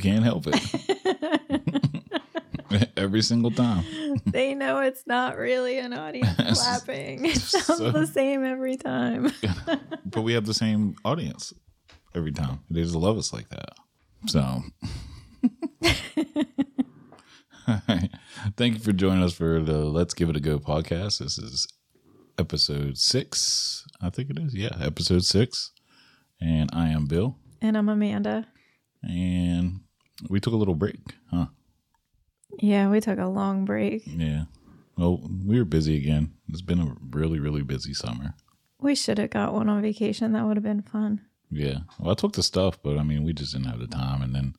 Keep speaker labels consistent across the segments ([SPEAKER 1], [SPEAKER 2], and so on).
[SPEAKER 1] can't help it. Every single time.
[SPEAKER 2] they know it's not really an audience clapping. It sounds
[SPEAKER 1] So-
[SPEAKER 2] the same every time.
[SPEAKER 1] But we have the same audience every time. They just love us like that. So. All right. Thank you for joining us for the Let's Give It a Go podcast. This is episode six, I think it is. Yeah, episode six. And I am Bill.
[SPEAKER 2] And I'm Amanda.
[SPEAKER 1] And we took a little break, huh?
[SPEAKER 2] Yeah, we took a long break.
[SPEAKER 1] Yeah. Well, we were busy again. It's been a really, really busy summer.
[SPEAKER 2] We should have got one on vacation. That would have been fun.
[SPEAKER 1] Yeah. Well, I took the stuff, but I mean, we just didn't have the time. And then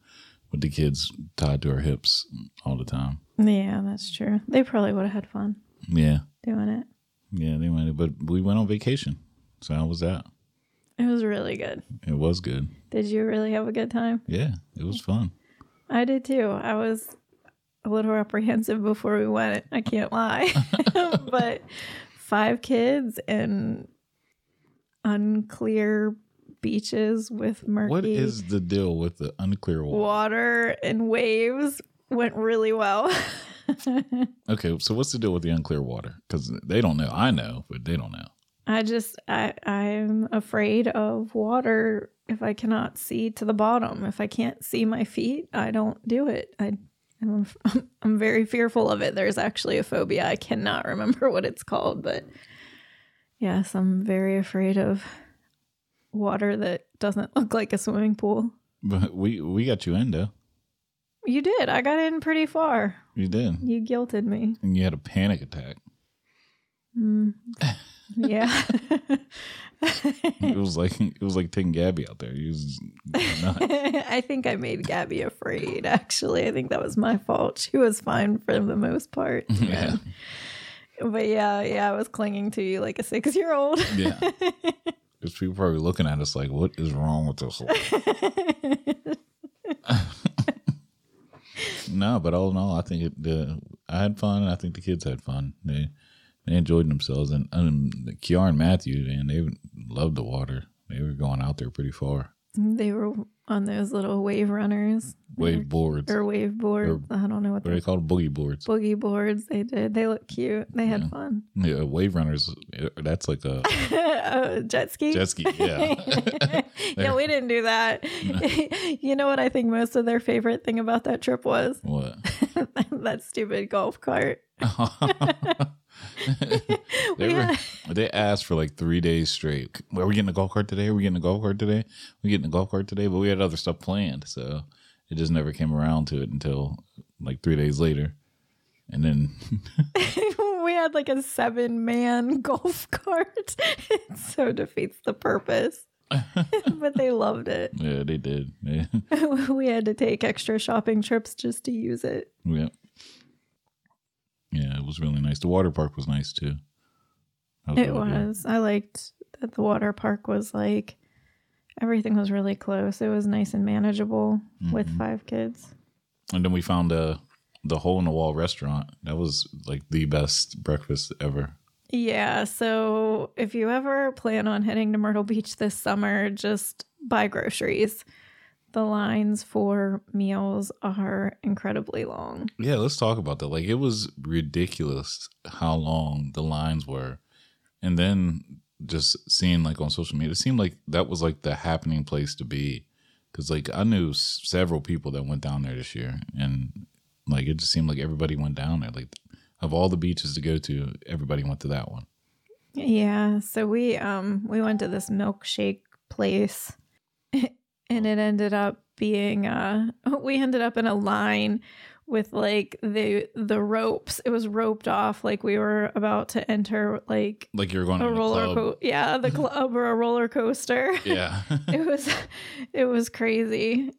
[SPEAKER 1] with the kids tied to our hips all the time.
[SPEAKER 2] Yeah, that's true. They probably would have had fun
[SPEAKER 1] Yeah.
[SPEAKER 2] doing it.
[SPEAKER 1] Yeah. They went, but we went on vacation. So how was that?
[SPEAKER 2] It was really good.
[SPEAKER 1] It was good.
[SPEAKER 2] Did you really have a good time?
[SPEAKER 1] Yeah. It was fun.
[SPEAKER 2] I did too. I was a little apprehensive before we went. I can't lie. but five kids and unclear beaches with murky
[SPEAKER 1] What is the deal with the unclear water?
[SPEAKER 2] water and waves went really well.
[SPEAKER 1] Okay. So what's the deal with the unclear water? Because they don't know. I know, but they don't know.
[SPEAKER 2] I just I I'm afraid of water if I cannot see to the bottom. If I can't see my feet, I don't do it. I I'm, I'm very fearful of it. There's actually a phobia. I cannot remember what it's called, but yes, I'm very afraid of water that doesn't look like a swimming pool.
[SPEAKER 1] But we, we got you in, though.
[SPEAKER 2] You did. I got in pretty far.
[SPEAKER 1] You did.
[SPEAKER 2] You guilted me.
[SPEAKER 1] And you had a panic attack.
[SPEAKER 2] Mm. Yeah.
[SPEAKER 1] it was like it was like taking Gabby out there. He was nuts.
[SPEAKER 2] I think I made Gabby afraid, actually. I think that was my fault. She was fine for the most part.
[SPEAKER 1] yeah,
[SPEAKER 2] But yeah, yeah, I was clinging to you like a six year old.
[SPEAKER 1] yeah. There's people probably looking at us like, "What is wrong with this?" no, but all in all, I think it, the I had fun. and I think the kids had fun. They they enjoyed themselves, and um, Kiara and Matthew, and they loved the water. They were going out there pretty far.
[SPEAKER 2] they were on those little wave runners
[SPEAKER 1] Wave boards.
[SPEAKER 2] or wave boards. I don't know what
[SPEAKER 1] What are
[SPEAKER 2] they're
[SPEAKER 1] they called? Boogie boards.
[SPEAKER 2] Boogie boards. They did. They look cute. They had fun.
[SPEAKER 1] Yeah, wave runners. That's like a
[SPEAKER 2] Uh, jet ski.
[SPEAKER 1] jet ski. Yeah.
[SPEAKER 2] yeah, we didn't do that. you know what I think most of their favorite thing about that trip was?
[SPEAKER 1] what?
[SPEAKER 2] that stupid golf cart.
[SPEAKER 1] They,
[SPEAKER 2] We
[SPEAKER 1] were, they asked for like three days straight. Are we getting a golf cart today? Are we getting a golf cart today? We getting a golf cart today? But we had other stuff planned, so it just never came around to it until like three days later. And then
[SPEAKER 2] we had like a seven man golf cart. it so defeats the purpose. but they loved it.
[SPEAKER 1] yeah, they did. Yeah.
[SPEAKER 2] we had to take extra shopping trips just to use it.
[SPEAKER 1] yeah, yeah, it was really nice. The water park was nice too. That
[SPEAKER 2] It
[SPEAKER 1] really good.
[SPEAKER 2] was. I liked that the water park was like everything was really close. It was nice and manageable with five kids.
[SPEAKER 1] And then we found uh, the hole in the wall restaurant. That was like the best breakfast ever.
[SPEAKER 2] Yeah. So if you ever plan on heading to Myrtle Beach this summer, just buy groceries. The lines for meals are incredibly long.
[SPEAKER 1] Yeah, let's talk about that. Like it was ridiculous how long the lines were. And then just seeing like on social media, it seemed like that was like the happening place to be cuz like I knew s- several people that went down there this year and like it just seemed like everybody went down there. Like of all the beaches to go to, everybody went to that one.
[SPEAKER 2] Yeah, so we um we went to this milkshake place and it ended up being uh we ended up in a line with like the the ropes. It was roped off like we were about to enter like
[SPEAKER 1] Like you're going
[SPEAKER 2] a
[SPEAKER 1] on a
[SPEAKER 2] roller
[SPEAKER 1] Mm, club.
[SPEAKER 2] co- yeah, the club or a roller coaster.
[SPEAKER 1] yeah.
[SPEAKER 2] It was it was crazy.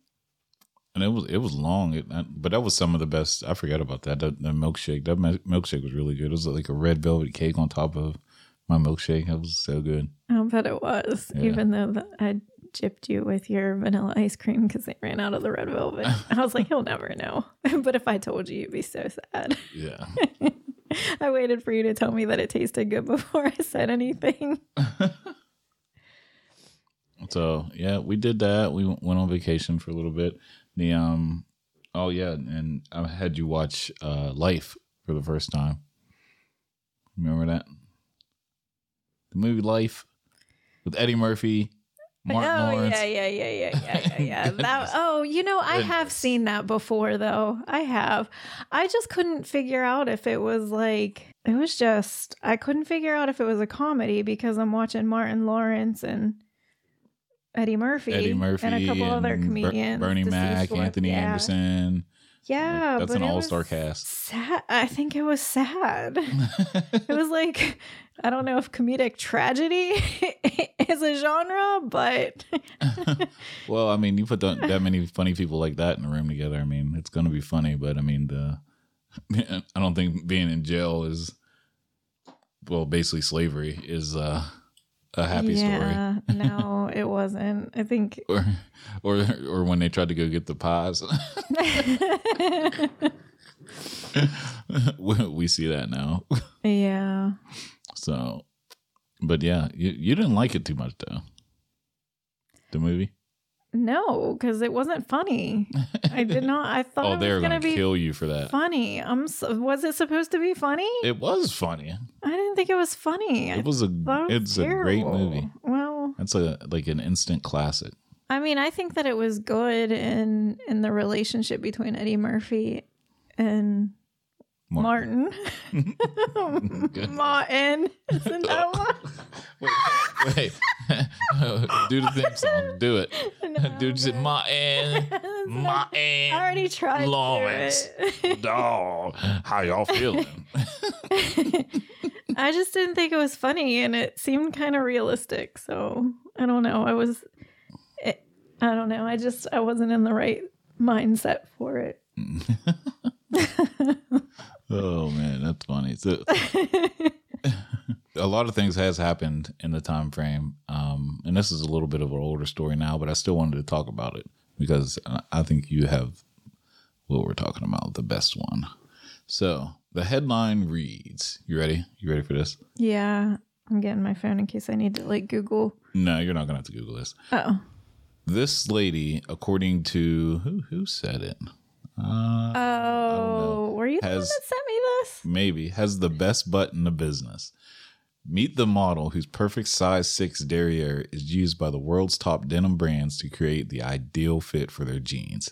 [SPEAKER 1] and it was it was long, it, I- but that was some of the best. I forgot about that. That, that milkshake, that mi- milkshake was really good. It was like a red velvet cake on top of my milkshake. That was so good.
[SPEAKER 2] I bet um, it was,
[SPEAKER 1] Yeah.
[SPEAKER 2] even though the, I gypped you with your vanilla ice cream because they ran out of the red velvet. I was like, he'll never know. but if I told you, you'd be so sad.
[SPEAKER 1] Yeah,
[SPEAKER 2] I waited for you to tell me that it tasted good before I said anything.
[SPEAKER 1] So yeah, we did that. We went on vacation for a little bit. The um, oh yeah, and I had you watch uh Life for the first time. Remember that? The movie Life with Eddie Murphy, Martin
[SPEAKER 2] oh
[SPEAKER 1] Lawrence.
[SPEAKER 2] yeah, yeah, yeah, yeah, yeah, yeah, yeah. that,
[SPEAKER 1] Goodness.
[SPEAKER 2] oh, you know, I have
[SPEAKER 1] Goodness.
[SPEAKER 2] seen that before though. I have. I just couldn't figure out if it was like it was just I couldn't figure out if it was a comedy because I'm watching Martin Lawrence and Eddie Murphy,
[SPEAKER 1] Eddie Murphy
[SPEAKER 2] and a couple other
[SPEAKER 1] and Ber-
[SPEAKER 2] comedians,
[SPEAKER 1] Bernie
[SPEAKER 2] deceased
[SPEAKER 1] Mac,
[SPEAKER 2] ones.
[SPEAKER 1] Anthony
[SPEAKER 2] yeah.
[SPEAKER 1] Anderson.
[SPEAKER 2] Yeah,
[SPEAKER 1] that's
[SPEAKER 2] but
[SPEAKER 1] an
[SPEAKER 2] it was
[SPEAKER 1] all-star cast.
[SPEAKER 2] Sad. I think it was sad. it was like I don't know if comedic tragedy is a genre, but
[SPEAKER 1] well, I mean, you put that, that many funny people like that in a room together. I mean, it's going to be funny, but I mean, the I don't think being in jail is well, basically slavery is uh, a happy story.
[SPEAKER 2] yeah, no, it wasn't. I think
[SPEAKER 1] Or, or, or when they tried to go get the pies, we we see that now.
[SPEAKER 2] yeah.
[SPEAKER 1] So, but yeah, you, you didn't like it too much though. The movie.
[SPEAKER 2] No, because it wasn't funny. I did not. I thought
[SPEAKER 1] Oh,
[SPEAKER 2] it was
[SPEAKER 1] they're
[SPEAKER 2] going
[SPEAKER 1] gonna,
[SPEAKER 2] to be
[SPEAKER 1] kill you for that.
[SPEAKER 2] funny. I'm. s was it supposed to be funny?
[SPEAKER 1] It was funny.
[SPEAKER 2] I didn't think it was funny. I
[SPEAKER 1] It was a.
[SPEAKER 2] thought it was
[SPEAKER 1] It's a great
[SPEAKER 2] terrible.
[SPEAKER 1] movie.
[SPEAKER 2] Well,
[SPEAKER 1] That's a like an instant classic.
[SPEAKER 2] I mean, I think that it was good in in the relationship between Eddie Murphy and Martin. Martin. Isn't that one?
[SPEAKER 1] Wait, wait. do the theme song. Do it.
[SPEAKER 2] Oh,
[SPEAKER 1] Dude said Martin. Martin.
[SPEAKER 2] I already tried. to do
[SPEAKER 1] Lawrence.
[SPEAKER 2] it.
[SPEAKER 1] Oh, how y'all feeling?
[SPEAKER 2] I just didn't think it was funny, and it seemed kind of realistic. So I don't know. I was, it, I don't know. I just I wasn't in the right mindset for it.
[SPEAKER 1] oh man, that's funny. So, a lot of things has happened in the time frame, um, and this is a little bit of an older story now, but I still wanted to talk about it because uh, I think you have what we're talking about, the best one. So the headline reads: You ready? You ready for this?
[SPEAKER 2] yeah, I'm getting my phone in case I need to like Google.
[SPEAKER 1] No, you're not gonna have to Google this.
[SPEAKER 2] Oh,
[SPEAKER 1] This lady, according to who who said it, Uh,
[SPEAKER 2] oh, were you the one
[SPEAKER 1] Has-
[SPEAKER 2] that sent me this?
[SPEAKER 1] maybe has the best butt in the business. Meet the model whose perfect size 6 derriere is used by the world's top denim brands to create the ideal fit for their jeans.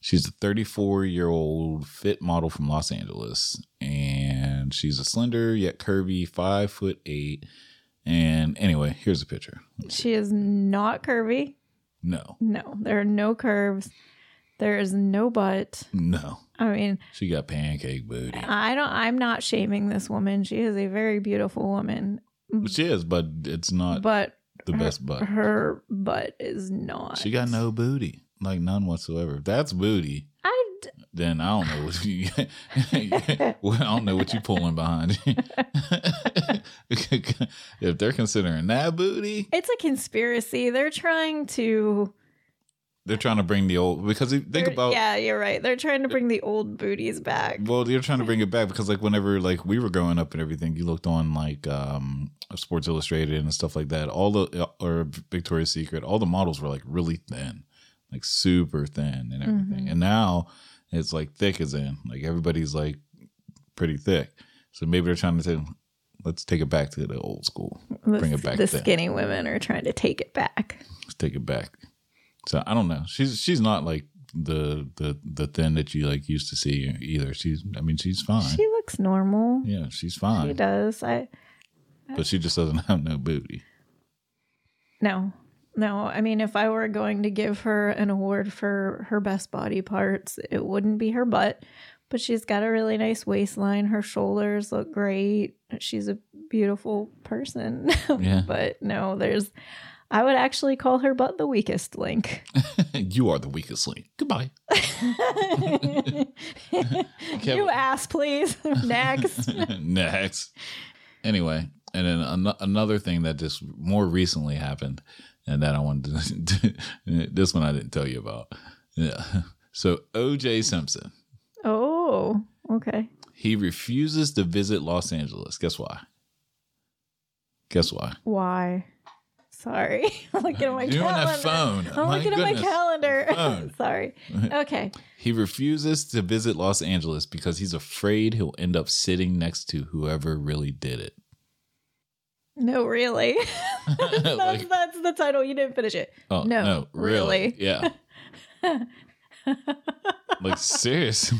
[SPEAKER 1] She's a 34 year old fit model from Los Angeles, and she's a slender yet curvy 5 foot 8. And anyway, here's a picture.
[SPEAKER 2] She is not curvy.
[SPEAKER 1] No,
[SPEAKER 2] No, there are no curves. There is no butt.
[SPEAKER 1] no,
[SPEAKER 2] I mean,
[SPEAKER 1] she got pancake booty.
[SPEAKER 2] I don't. I'm not shaming this woman. She is a very beautiful woman,
[SPEAKER 1] She is, but it's not
[SPEAKER 2] but
[SPEAKER 1] the best butt.
[SPEAKER 2] her butt is not.
[SPEAKER 1] She got no booty, like none whatsoever. If that's booty,
[SPEAKER 2] I d-
[SPEAKER 1] then I don't know what you. well, I don't know what you pulling behind. you. if they're considering that booty,
[SPEAKER 2] it's a conspiracy. They're trying to
[SPEAKER 1] they're trying to bring the old because if- think
[SPEAKER 2] they're-
[SPEAKER 1] about.
[SPEAKER 2] Yeah, you're right. They're trying to bring the old booties back.
[SPEAKER 1] Well, they're trying to bring it back because, like, whenever like we were growing up and everything, you looked on like um Sports Illustrated and stuff like that. All the uh, or Victoria's Secret, all the models were like really thin, like super thin and everything. And now it's like thick as in like everybody's like pretty thick. So maybe they're trying to say, let's take it back to the old school.
[SPEAKER 2] The,
[SPEAKER 1] bring it back
[SPEAKER 2] The
[SPEAKER 1] then.
[SPEAKER 2] skinny women are trying to take it back.
[SPEAKER 1] Let's take it back. So I don't know. She's she's not like the the the thin that you like used to see either. She's I mean she's fine.
[SPEAKER 2] She looks normal.
[SPEAKER 1] yeah, she's
[SPEAKER 2] She
[SPEAKER 1] fine.
[SPEAKER 2] does. I
[SPEAKER 1] but she just doesn't have no booty.
[SPEAKER 2] no. No, I mean, if I were going to give her an award for her best body parts, it wouldn't be her butt, but she's got a really nice waistline. Her shoulders look great. She's a beautiful person.
[SPEAKER 1] Yeah,
[SPEAKER 2] but no, there's. I would actually call her butt the weakest link.
[SPEAKER 1] you are the weakest link. Goodbye.
[SPEAKER 2] you ass, please. Next.
[SPEAKER 1] Next. Anyway, and then an- another thing that just more recently happened, and that I wanted to, this one I didn't tell you about. Yeah. So O.J. Simpson,
[SPEAKER 2] Oh, okay.
[SPEAKER 1] he refuses to visit Los Angeles. Guess why? Guess why?
[SPEAKER 2] Why? Sorry. I'm looking at my
[SPEAKER 1] You're on
[SPEAKER 2] calendar.
[SPEAKER 1] that phone.
[SPEAKER 2] I'm
[SPEAKER 1] My
[SPEAKER 2] looking at my
[SPEAKER 1] goodness.
[SPEAKER 2] calendar.
[SPEAKER 1] Phone.
[SPEAKER 2] Sorry. Okay.
[SPEAKER 1] He refuses to visit Los Angeles because he's afraid he'll end up sitting next to whoever really did it.
[SPEAKER 2] No, really. that's,
[SPEAKER 1] Like,
[SPEAKER 2] that's the title. You didn't finish it.
[SPEAKER 1] oh,
[SPEAKER 2] no, really.
[SPEAKER 1] Yeah. like, seriously.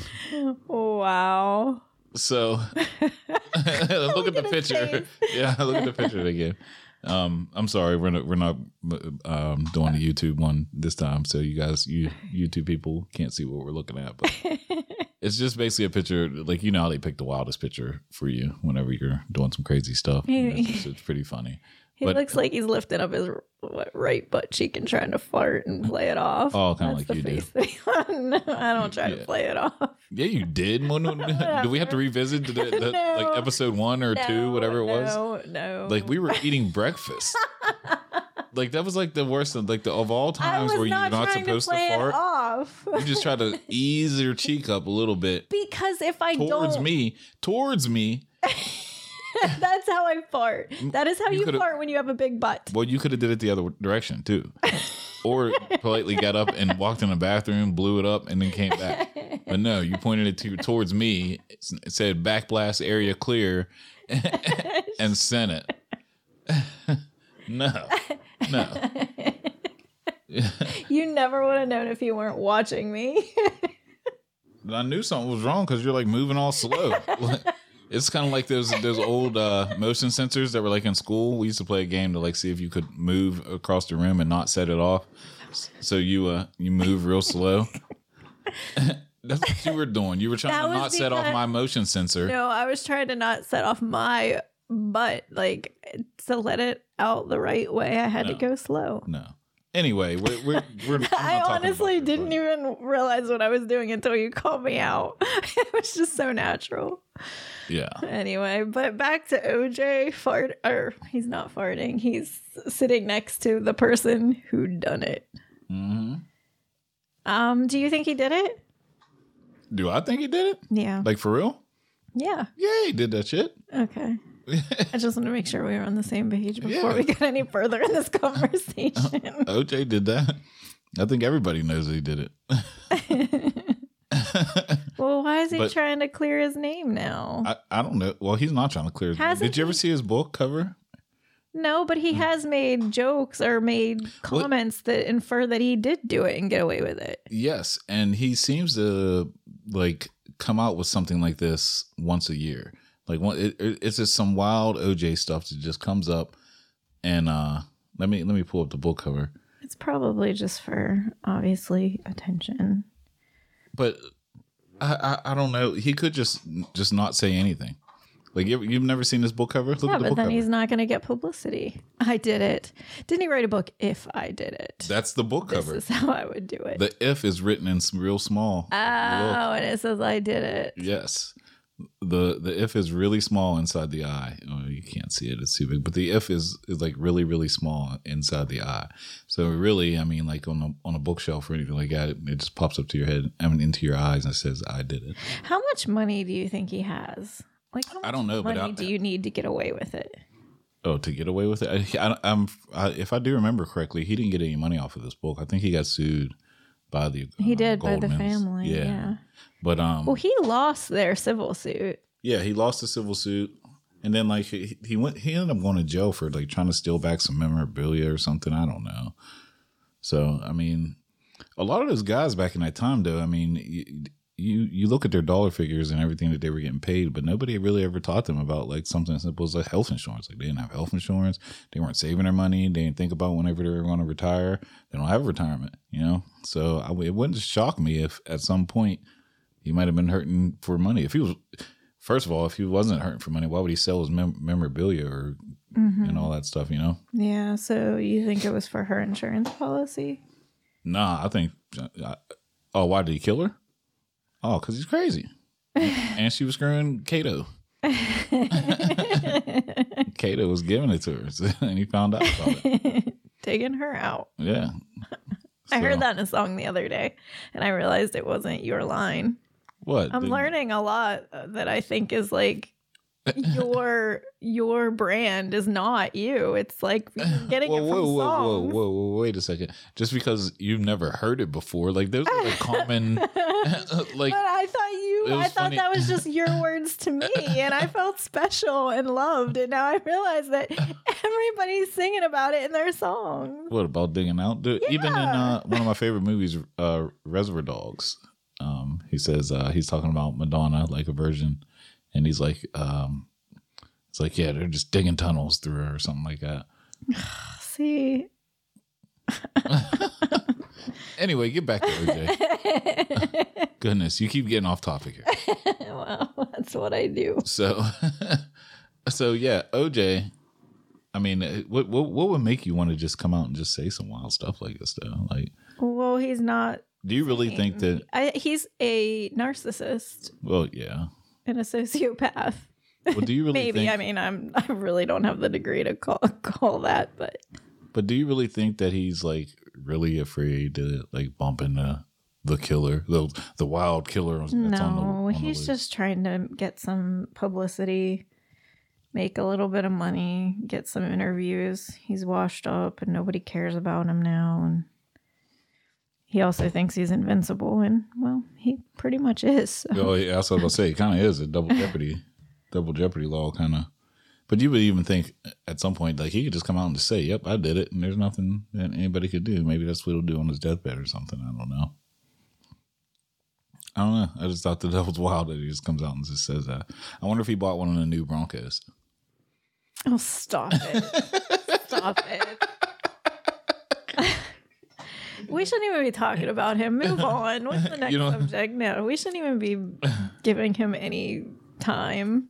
[SPEAKER 2] Wow.
[SPEAKER 1] So look, at the
[SPEAKER 2] at his
[SPEAKER 1] picture. Yeah, look at the picture again. Um, I'm sorry, we're not, we're not um, doing the YouTube one this time, so you guys, you YouTube people can't see what we're looking at. But it's just basically a picture, like you know how they pick the wildest picture for you whenever you're doing some crazy stuff. It's, just- it's pretty funny.
[SPEAKER 2] He
[SPEAKER 1] But-
[SPEAKER 2] looks like he's lifting up his what, right butt cheek and trying to flirt and play it off.
[SPEAKER 1] Oh, kinda like
[SPEAKER 2] That's the
[SPEAKER 1] you do.
[SPEAKER 2] face That he, no, I don't try to
[SPEAKER 1] Yeah.
[SPEAKER 2] play it off.
[SPEAKER 1] Yeah, you did. When, do we have to revisit the, the,
[SPEAKER 2] No.
[SPEAKER 1] like episode one or two,
[SPEAKER 2] No,
[SPEAKER 1] whatever it was?
[SPEAKER 2] No, no.
[SPEAKER 1] Like we were eting breakfast. Like that was like the worst of like the of all
[SPEAKER 2] I
[SPEAKER 1] times
[SPEAKER 2] was
[SPEAKER 1] where you're
[SPEAKER 2] not,
[SPEAKER 1] not
[SPEAKER 2] trying
[SPEAKER 1] supposed
[SPEAKER 2] to
[SPEAKER 1] to,
[SPEAKER 2] play it
[SPEAKER 1] fart.
[SPEAKER 2] off.
[SPEAKER 1] You just try to ease your cheek up a little bit
[SPEAKER 2] Because if I
[SPEAKER 1] towards
[SPEAKER 2] don't,
[SPEAKER 1] me, towards me.
[SPEAKER 2] that's how I fart. That is how
[SPEAKER 1] you
[SPEAKER 2] you,
[SPEAKER 1] could've-
[SPEAKER 2] fart when you have a big butt.
[SPEAKER 1] Well, you could have did it the other direction too, or politely got up and walked in the bathroom, blew it up, and then came back. But no, you pointed it to towards me. It s- it said backblast area clear, and sent it. no, no.
[SPEAKER 2] You never would have known if you weren't watching me.
[SPEAKER 1] But I knew something was wrong because you're like moving all slow. it's kind of like those those old uh, motion sensors that were like in school. We used to play a game to like see if you could move across the room and not set it off. S- So you uh you move real slow. That's what you were doing. You were trying
[SPEAKER 2] That
[SPEAKER 1] to
[SPEAKER 2] was
[SPEAKER 1] not set off
[SPEAKER 2] because-
[SPEAKER 1] my motion sensor.
[SPEAKER 2] no, I was trying to not set off my butt, like to let it out the right way. I had to
[SPEAKER 1] No.
[SPEAKER 2] go slow.
[SPEAKER 1] No. Anyway, we're we're, we're I'm not
[SPEAKER 2] I
[SPEAKER 1] talking about
[SPEAKER 2] honestly
[SPEAKER 1] your
[SPEAKER 2] didn't
[SPEAKER 1] butt.
[SPEAKER 2] even realize what I was doing until you called me out. it was just so natural.
[SPEAKER 1] Yeah.
[SPEAKER 2] Anyway, but back to OJ fart or he's not farting. He's sitting next to the person who done it.
[SPEAKER 1] hmm
[SPEAKER 2] Um, do you think he did it?
[SPEAKER 1] Do I think he did it?
[SPEAKER 2] Yeah.
[SPEAKER 1] Like for real?
[SPEAKER 2] Yeah.
[SPEAKER 1] Yeah, he did that shit.
[SPEAKER 2] Okay. I just want to make sure we were on the same page before
[SPEAKER 1] Yeah.
[SPEAKER 2] we got any further in this conversation.
[SPEAKER 1] OJ did that. I think everybody knows that he did it.
[SPEAKER 2] well, why is he
[SPEAKER 1] But-
[SPEAKER 2] trying to clear his name now?
[SPEAKER 1] I, I don't know. Well, he's not trying to clear his name.
[SPEAKER 2] Hasn't
[SPEAKER 1] Did you ever
[SPEAKER 2] he-
[SPEAKER 1] see his book cover?
[SPEAKER 2] No, but
[SPEAKER 1] Hmm.
[SPEAKER 2] he has made jokes or made comments that infer that he did do it and get away with it.
[SPEAKER 1] Yes, and he seems to like come out with something like this once a year. Like one, it, it- it's just some wild OJ stuff that just comes up. And uh let me let me pull up the book cover.
[SPEAKER 2] It's probably just for obviously attention.
[SPEAKER 1] But I I, I don't know. He could just just not say anything. Like you, you've never seen this book cover. Look
[SPEAKER 2] Yeah,
[SPEAKER 1] at the
[SPEAKER 2] but
[SPEAKER 1] book
[SPEAKER 2] then
[SPEAKER 1] cover.
[SPEAKER 2] he's not going to get publicity. I did it. Didn't he write a book? If I did it,
[SPEAKER 1] That's the book
[SPEAKER 2] this
[SPEAKER 1] cover.
[SPEAKER 2] is how I would do it.
[SPEAKER 1] the if is written in s- real small.
[SPEAKER 2] oh,
[SPEAKER 1] Look.
[SPEAKER 2] and it says I did it.
[SPEAKER 1] Yes. The the if is really small inside the eye. Oh, you can't see it, it's too big. But the if is is like really, really small inside the eye. So really, I mean like on a on a bookshelf or anything like that, it, it just pops up to your head, I mean into your eyes and says, I did it.
[SPEAKER 2] How much money do you think he has? Like, how much
[SPEAKER 1] I don't know, but
[SPEAKER 2] money
[SPEAKER 1] I,
[SPEAKER 2] do you need to get away with it?
[SPEAKER 1] oh to get away with it. I, I, am I, if I do remember correctly, he didn't get any money off of this book. I think he got sued by the
[SPEAKER 2] He
[SPEAKER 1] uh,
[SPEAKER 2] did by the
[SPEAKER 1] Goldmans.
[SPEAKER 2] family. Yeah.
[SPEAKER 1] But um
[SPEAKER 2] Well, he lost their civil suit.
[SPEAKER 1] Yeah, he lost the civil suit, and then like he, he went, he ended up going to jail for like trying to steal back some memorabilia or something. I don't know. So I mean, a lot of those guys back in that time, though. I mean, you you, you look at their dollar figures and everything that they were getting paid, but nobody really ever taught them about like something as simple as like health insurance. Like they didn't have health insurance, they weren't saving their money, they didn't think about whenever they were going to retire. They don't have retirement, you know. So I, it wouldn't shock me if at some point he might have been hurting for money. If he was, first of all, if he wasn't hurting for money, why would he sell his mem- memorabilia or
[SPEAKER 2] Mm-hmm.
[SPEAKER 1] and
[SPEAKER 2] Hmm.
[SPEAKER 1] all that stuff? You know.
[SPEAKER 2] Yeah. So you think it was for her insurance policy?
[SPEAKER 1] Nah, I think. I, oh, why did he kill her? Oh, because he's crazy. and she was screwing Kato. Kato was giving it to her, so- and he found out about it.
[SPEAKER 2] Taking her out.
[SPEAKER 1] Yeah.
[SPEAKER 2] I
[SPEAKER 1] So-
[SPEAKER 2] heard that in a song the other day, and I realized it wasn't your line.
[SPEAKER 1] What?
[SPEAKER 2] I'm
[SPEAKER 1] Did-
[SPEAKER 2] learning a lot that I think is like your your brand is not you. It's like you're getting
[SPEAKER 1] Whoa,
[SPEAKER 2] it
[SPEAKER 1] whoa,
[SPEAKER 2] from
[SPEAKER 1] whoa, whoa,
[SPEAKER 2] songs.
[SPEAKER 1] whoa, whoa, wait a second. Just because you've never heard it before, like there's like a common like
[SPEAKER 2] but I thought you,
[SPEAKER 1] It was
[SPEAKER 2] I thought
[SPEAKER 1] funny.
[SPEAKER 2] that was just your words to me, and I felt special and loved. And now I realize that everybody's singing about it in their songs.
[SPEAKER 1] What about digging out? Dude, Even in uh, one of my favorite movies, uh, Reservoir Dogs, um, he says uh, he's talking about Madonna like a virgin, and he's like, um, it's like yeah, they're just digging tunnels through her or something like that.
[SPEAKER 2] See,
[SPEAKER 1] Anyway, get back to OJ. Goodness, you keep getting off topic here.
[SPEAKER 2] well, that's what I do.
[SPEAKER 1] So, so yeah, OJ. I mean, uh, what what what would make you want to just come out and just say some wild stuff like this though? Like,
[SPEAKER 2] Well, he's not.
[SPEAKER 1] do you really think that?
[SPEAKER 2] I, he's a narcissist
[SPEAKER 1] Well, yeah.
[SPEAKER 2] and a sociopath.
[SPEAKER 1] Well, do you really
[SPEAKER 2] Maybe.
[SPEAKER 1] think?
[SPEAKER 2] I mean, I'm. I really don't have the degree to call call that, but
[SPEAKER 1] But do you really think that he's like really afraid to like bump into the killer, the the wild killer? That's on the,
[SPEAKER 2] No,
[SPEAKER 1] on the
[SPEAKER 2] he's
[SPEAKER 1] loose?
[SPEAKER 2] just trying to get some publicity, make a little bit of money, get some interviews. He's washed up and nobody cares about him now and he also thinks he's invincible and well, he pretty much is. so.
[SPEAKER 1] Oh, yeah, that's what I was gonna say. It kind of is a double jeopardy, double jeopardy law kind of. But you would even think uh, at some point like he could just come out and just say, "Yep, I did it," and there's nothing that anybody could do. Maybe that's what he'll do on his deathbed or something. I don't know. I don't know. I just thought that that was wild that he just comes out and just says that. I wonder if he bought one of the new Broncos.
[SPEAKER 2] Oh, stop it. stop it. we shouldn't even be talking about him. Move on. What's the next
[SPEAKER 1] You know-
[SPEAKER 2] subject? No, we shouldn't even be giving him any time.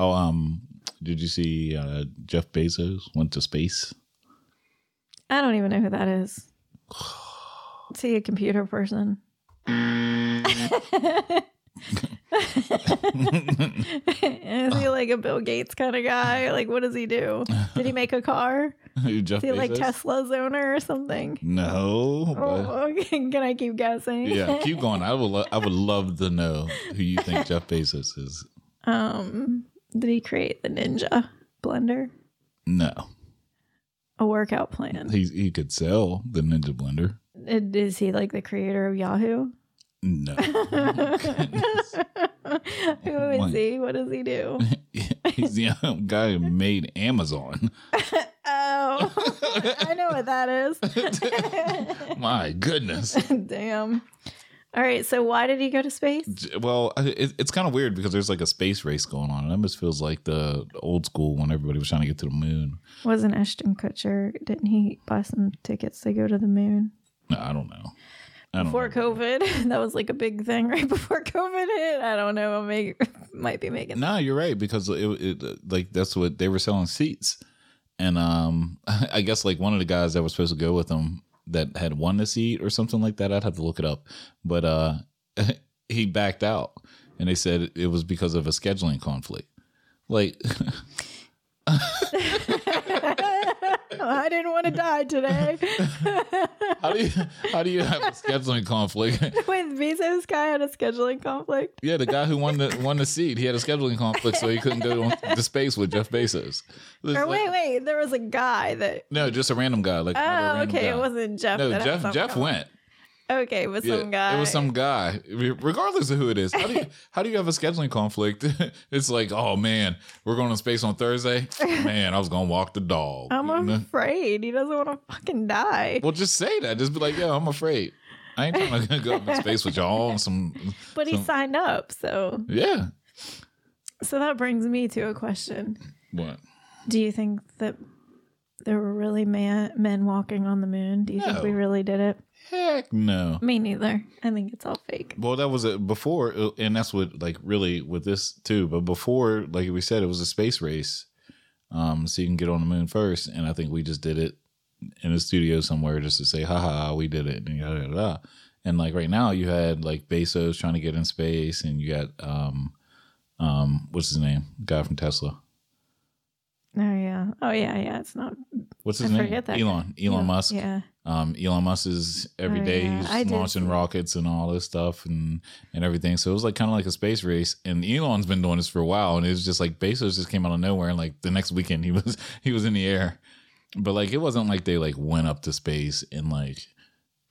[SPEAKER 1] Oh, um, did you see uh, Jeff Bezos went to space?
[SPEAKER 2] I don't even know who that is. See a computer person. is he like a Bill Gates kind of guy? Like, what does he do? Did he make a car?
[SPEAKER 1] Who, Jeff
[SPEAKER 2] Is he like
[SPEAKER 1] Bezos?
[SPEAKER 2] Tesla's owner or something?
[SPEAKER 1] No, but-
[SPEAKER 2] Oh, okay. Can I keep guessing?
[SPEAKER 1] yeah, keep going. I would, lo- I would love to know who you think Jeff Bezos is.
[SPEAKER 2] Um, did he create the Ninja blender?
[SPEAKER 1] No,
[SPEAKER 2] A workout plan?
[SPEAKER 1] he he could sell the Ninja Blender.
[SPEAKER 2] And Is he like the creator of Yahoo?
[SPEAKER 1] No, Goodness.
[SPEAKER 2] Who
[SPEAKER 1] my-
[SPEAKER 2] is he? What does he do?
[SPEAKER 1] he's the um, guy who made Amazon.
[SPEAKER 2] Oh, I know what that is.
[SPEAKER 1] My goodness.
[SPEAKER 2] Damn. All right, so why did he go to space?
[SPEAKER 1] J- Well, I- it, it's kind of weird because there's like a space race going on. It almost feels like the old school when everybody was trying to get to the moon.
[SPEAKER 2] Wasn't Ashton Kutcher? Didn't he buy some tickets to go to the moon
[SPEAKER 1] No, I don't know. I don't
[SPEAKER 2] before
[SPEAKER 1] know.
[SPEAKER 2] COVID? That was like a big thing right before COVID hit. I don't know. I may, might be making.
[SPEAKER 1] No, you're right because it, it like that's what they were selling seats, and um, I guess like one of the guys that was supposed to go with them that had won the seat or something like that. I'd have to look it up, but uh, he backed out, and they said it was because of a scheduling conflict. Like,
[SPEAKER 2] I didn't want to die today.
[SPEAKER 1] how do you how do you have a scheduling conflict?
[SPEAKER 2] When Bezos guy had a scheduling conflict.
[SPEAKER 1] yeah, the guy who won the won the seat, he had a scheduling conflict, so he couldn't go on to space with Jeff Bezos. It's
[SPEAKER 2] Or
[SPEAKER 1] like-
[SPEAKER 2] wait, wait, there was a guy that.
[SPEAKER 1] no, just a random guy. Like another
[SPEAKER 2] Oh,
[SPEAKER 1] random
[SPEAKER 2] okay,
[SPEAKER 1] guy.
[SPEAKER 2] it wasn't Jeff.
[SPEAKER 1] No,
[SPEAKER 2] that had
[SPEAKER 1] Jeff
[SPEAKER 2] some
[SPEAKER 1] Jeff
[SPEAKER 2] conflict.
[SPEAKER 1] went.
[SPEAKER 2] Okay, with some guy.
[SPEAKER 1] It was some guy. Regardless of who it is, how do you how do you have a scheduling conflict? it's like, oh man, we're going to space on Thursday. Man, I was gonna walk the dog. You
[SPEAKER 2] I'm
[SPEAKER 1] know?
[SPEAKER 2] afraid he doesn't want to fucking die.
[SPEAKER 1] Well, just say that. Just be like, yo, I'm afraid. I ain't trying to go up in space with y'all. And some,
[SPEAKER 2] But he signed up, so
[SPEAKER 1] yeah.
[SPEAKER 2] so that brings me to a question.
[SPEAKER 1] What?
[SPEAKER 2] Do you think that there were really man, men walking on the moon? Do you think we
[SPEAKER 1] No.
[SPEAKER 2] really did it?
[SPEAKER 1] Heck no.
[SPEAKER 2] Me neither. I think it's all fake.
[SPEAKER 1] Well, that was a, before, uh, and that's what like really with this too. But before, like we said, it was a space race, um, so you can get on the moon first. And I think we just did it in a studio somewhere just to say, "Ha ha, we did it!" And yada yada. yada. And like right now, you had like Bezos trying to get in space, and you got um, um, what's his name? Guy from Tesla.
[SPEAKER 2] Oh yeah. Oh yeah. Yeah. It's not.
[SPEAKER 1] What's his
[SPEAKER 2] I
[SPEAKER 1] name?
[SPEAKER 2] forget that guy.
[SPEAKER 1] Elon. Elon
[SPEAKER 2] yeah,
[SPEAKER 1] Musk.
[SPEAKER 2] Yeah.
[SPEAKER 1] Um, Elon Musk is every
[SPEAKER 2] Oh,
[SPEAKER 1] day
[SPEAKER 2] yeah. I
[SPEAKER 1] he's
[SPEAKER 2] did see
[SPEAKER 1] launching
[SPEAKER 2] that.
[SPEAKER 1] rockets and all this stuff and and everything. So it was like kind of like a space race. And Elon's been doing this for a while, and it was just like Bezos just came out of nowhere, and like the next weekend he was he was in the air. But like it wasn't like they like went up to space and like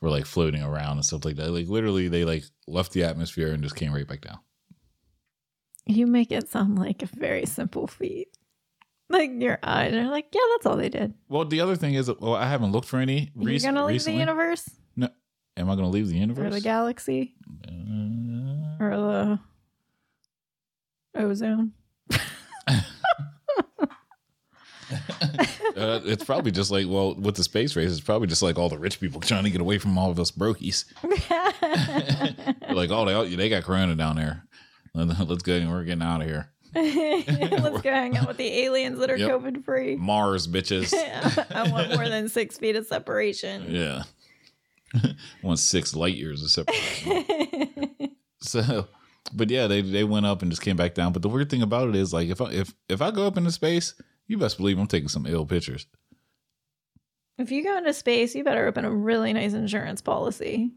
[SPEAKER 1] were like floating around and stuff like that. Like literally, they like left the atmosphere and just came right back down.
[SPEAKER 2] You make it sound like a very simple feat. Like your eyes are like, yeah, that's all they did.
[SPEAKER 1] Well, the other thing is, well, I haven't looked for any.
[SPEAKER 2] You're
[SPEAKER 1] rec-
[SPEAKER 2] gonna leave
[SPEAKER 1] recently.
[SPEAKER 2] the universe
[SPEAKER 1] Am I going to leave the universe?
[SPEAKER 2] or the galaxy
[SPEAKER 1] Uh,
[SPEAKER 2] or the ozone.
[SPEAKER 1] uh, it's probably just like, well, with the space race, it's probably just like all the rich people trying to get away from all of us brokies. They're like, oh, they, they got Corona down there. Let- Let's go. We're getting out of here.
[SPEAKER 2] Let's go hang out with the aliens that are
[SPEAKER 1] Yep.
[SPEAKER 2] COVID free.
[SPEAKER 1] Mars, bitches.
[SPEAKER 2] I want more than six feet of separation.
[SPEAKER 1] yeah. Want six light years of separation. So, but yeah, they they went up and just came back down. But the weird thing about it is, like, if I if if I go up into space, you best believe I'm taking some ill pictures.
[SPEAKER 2] if you go into space, you better open a really nice insurance policy.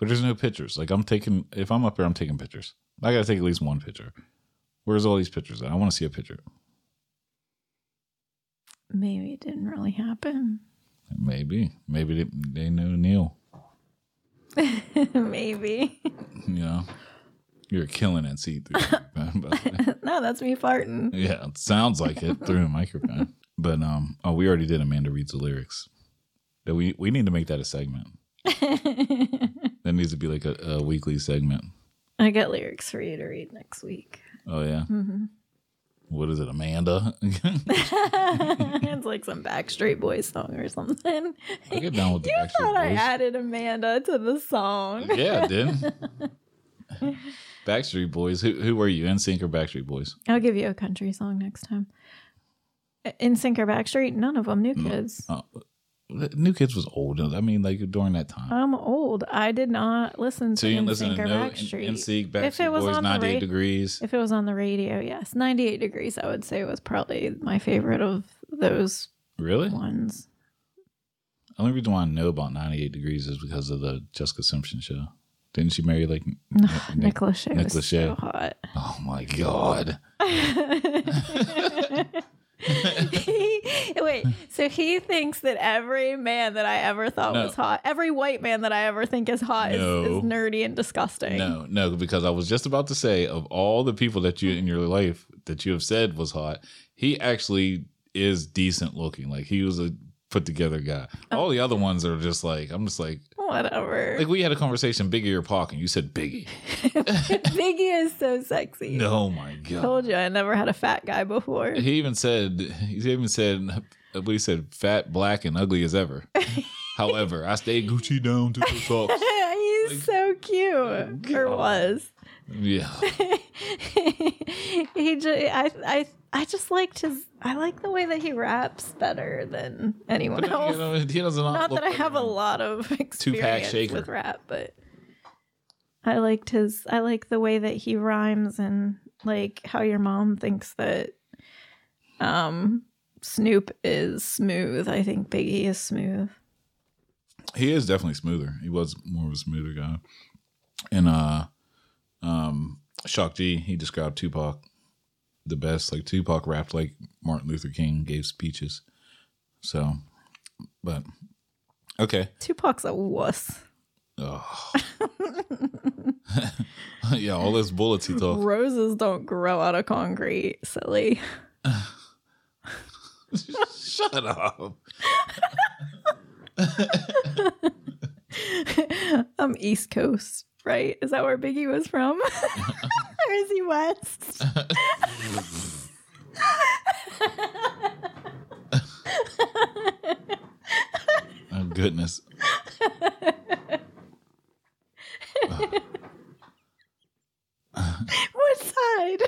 [SPEAKER 1] But there's no pictures. Like I'm taking if I'm up there, I'm taking pictures. I gotta take at least one picture. Where's all these pictures at? I want to see a picture.
[SPEAKER 2] Maybe it didn't really happen.
[SPEAKER 1] Maybe, maybe they, they knew Neil.
[SPEAKER 2] Maybe.
[SPEAKER 1] You know, you're killing it, see through.
[SPEAKER 2] no, that's me farting.
[SPEAKER 1] yeah, it sounds like it through a microphone. But um, oh, we already did Amanda reads the lyrics. That we we need to make that a segment. That needs to be like a, a weekly segment.
[SPEAKER 2] I got lyrics for you to read next week.
[SPEAKER 1] Oh yeah. What is it, Amanda?
[SPEAKER 2] it's like some Backstreet Boys song or something.
[SPEAKER 1] I get down with the
[SPEAKER 2] you
[SPEAKER 1] Backstreet
[SPEAKER 2] thought I
[SPEAKER 1] Boys. Mm-hmm.
[SPEAKER 2] added Amanda to the song.
[SPEAKER 1] yeah, it did. Backstreet Boys. Who who were you? NSYNC or Backstreet Boys?
[SPEAKER 2] I'll give you a country song next time. In Sync or Backstreet, none of them. New Kids.
[SPEAKER 1] Oh, New Kids was old. I mean, like during that time.
[SPEAKER 2] I'm old. I did not listen to
[SPEAKER 1] so you didn't
[SPEAKER 2] In
[SPEAKER 1] listen
[SPEAKER 2] Sync
[SPEAKER 1] to
[SPEAKER 2] or
[SPEAKER 1] no
[SPEAKER 2] Backstreet.
[SPEAKER 1] NSYNC,
[SPEAKER 2] If it
[SPEAKER 1] Backstreet
[SPEAKER 2] was
[SPEAKER 1] Boys,
[SPEAKER 2] on the
[SPEAKER 1] 98
[SPEAKER 2] ra-
[SPEAKER 1] Degrees.
[SPEAKER 2] if it was on the radio, yes, 98 Degrees, I would say was probably my favorite of those
[SPEAKER 1] Really?
[SPEAKER 2] ones.
[SPEAKER 1] Only reason why I know about 98 Degrees is because of the Jessica Simpson show. Didn't she marry like? Nick-
[SPEAKER 2] Nick Lachey
[SPEAKER 1] Nick
[SPEAKER 2] was
[SPEAKER 1] Lachey.
[SPEAKER 2] so hot.
[SPEAKER 1] oh my god!
[SPEAKER 2] he, wait, so he thinks that every man that I ever thought
[SPEAKER 1] No.
[SPEAKER 2] was hot, every white man that I ever think is hot,
[SPEAKER 1] No.
[SPEAKER 2] is, is nerdy and disgusting.
[SPEAKER 1] No, no, because I was just about to say of all the people that you in your life that you have said was hot, he actually is decent looking. Like he was a put together guy.
[SPEAKER 2] Oh.
[SPEAKER 1] All the other ones are just like I'm just like
[SPEAKER 2] Whatever.
[SPEAKER 1] like we had a conversation Biggie or Pac and you said Biggie.
[SPEAKER 2] Biggie is so sexy.
[SPEAKER 1] No, my god.
[SPEAKER 2] Told you I never had a fat guy before.
[SPEAKER 1] He even said he even said but he said fat, black, and ugly as ever. However, I stayed Gucci down to the socks.
[SPEAKER 2] He's so
[SPEAKER 1] oh
[SPEAKER 2] cute, or was.
[SPEAKER 1] Yeah.
[SPEAKER 2] he just, I, I, I just liked his. I like the way that he raps better than anyone
[SPEAKER 1] You
[SPEAKER 2] else.
[SPEAKER 1] know, he doesn't
[SPEAKER 2] Not
[SPEAKER 1] look
[SPEAKER 2] that I have a
[SPEAKER 1] like-
[SPEAKER 2] lot of experience
[SPEAKER 1] shaker.
[SPEAKER 2] with rap, but I liked his. I like the way that he rhymes and like how your mom thinks that um Snoop is smooth. I think Biggie is smooth.
[SPEAKER 1] he is definitely smoother. He was more of a smoother guy. And uh um Shock G, he described Tupac the best. Like Tupac rapped like Martin Luther King gave speeches. So but okay.
[SPEAKER 2] Tupac's a wuss.
[SPEAKER 1] Oh. yeah, all those bullets he took.
[SPEAKER 2] Roses don't grow out of concrete, silly.
[SPEAKER 1] Shut up.
[SPEAKER 2] I'm East Coast, right? Is that where Biggie was from? or is he West?
[SPEAKER 1] Oh goodness.
[SPEAKER 2] What side?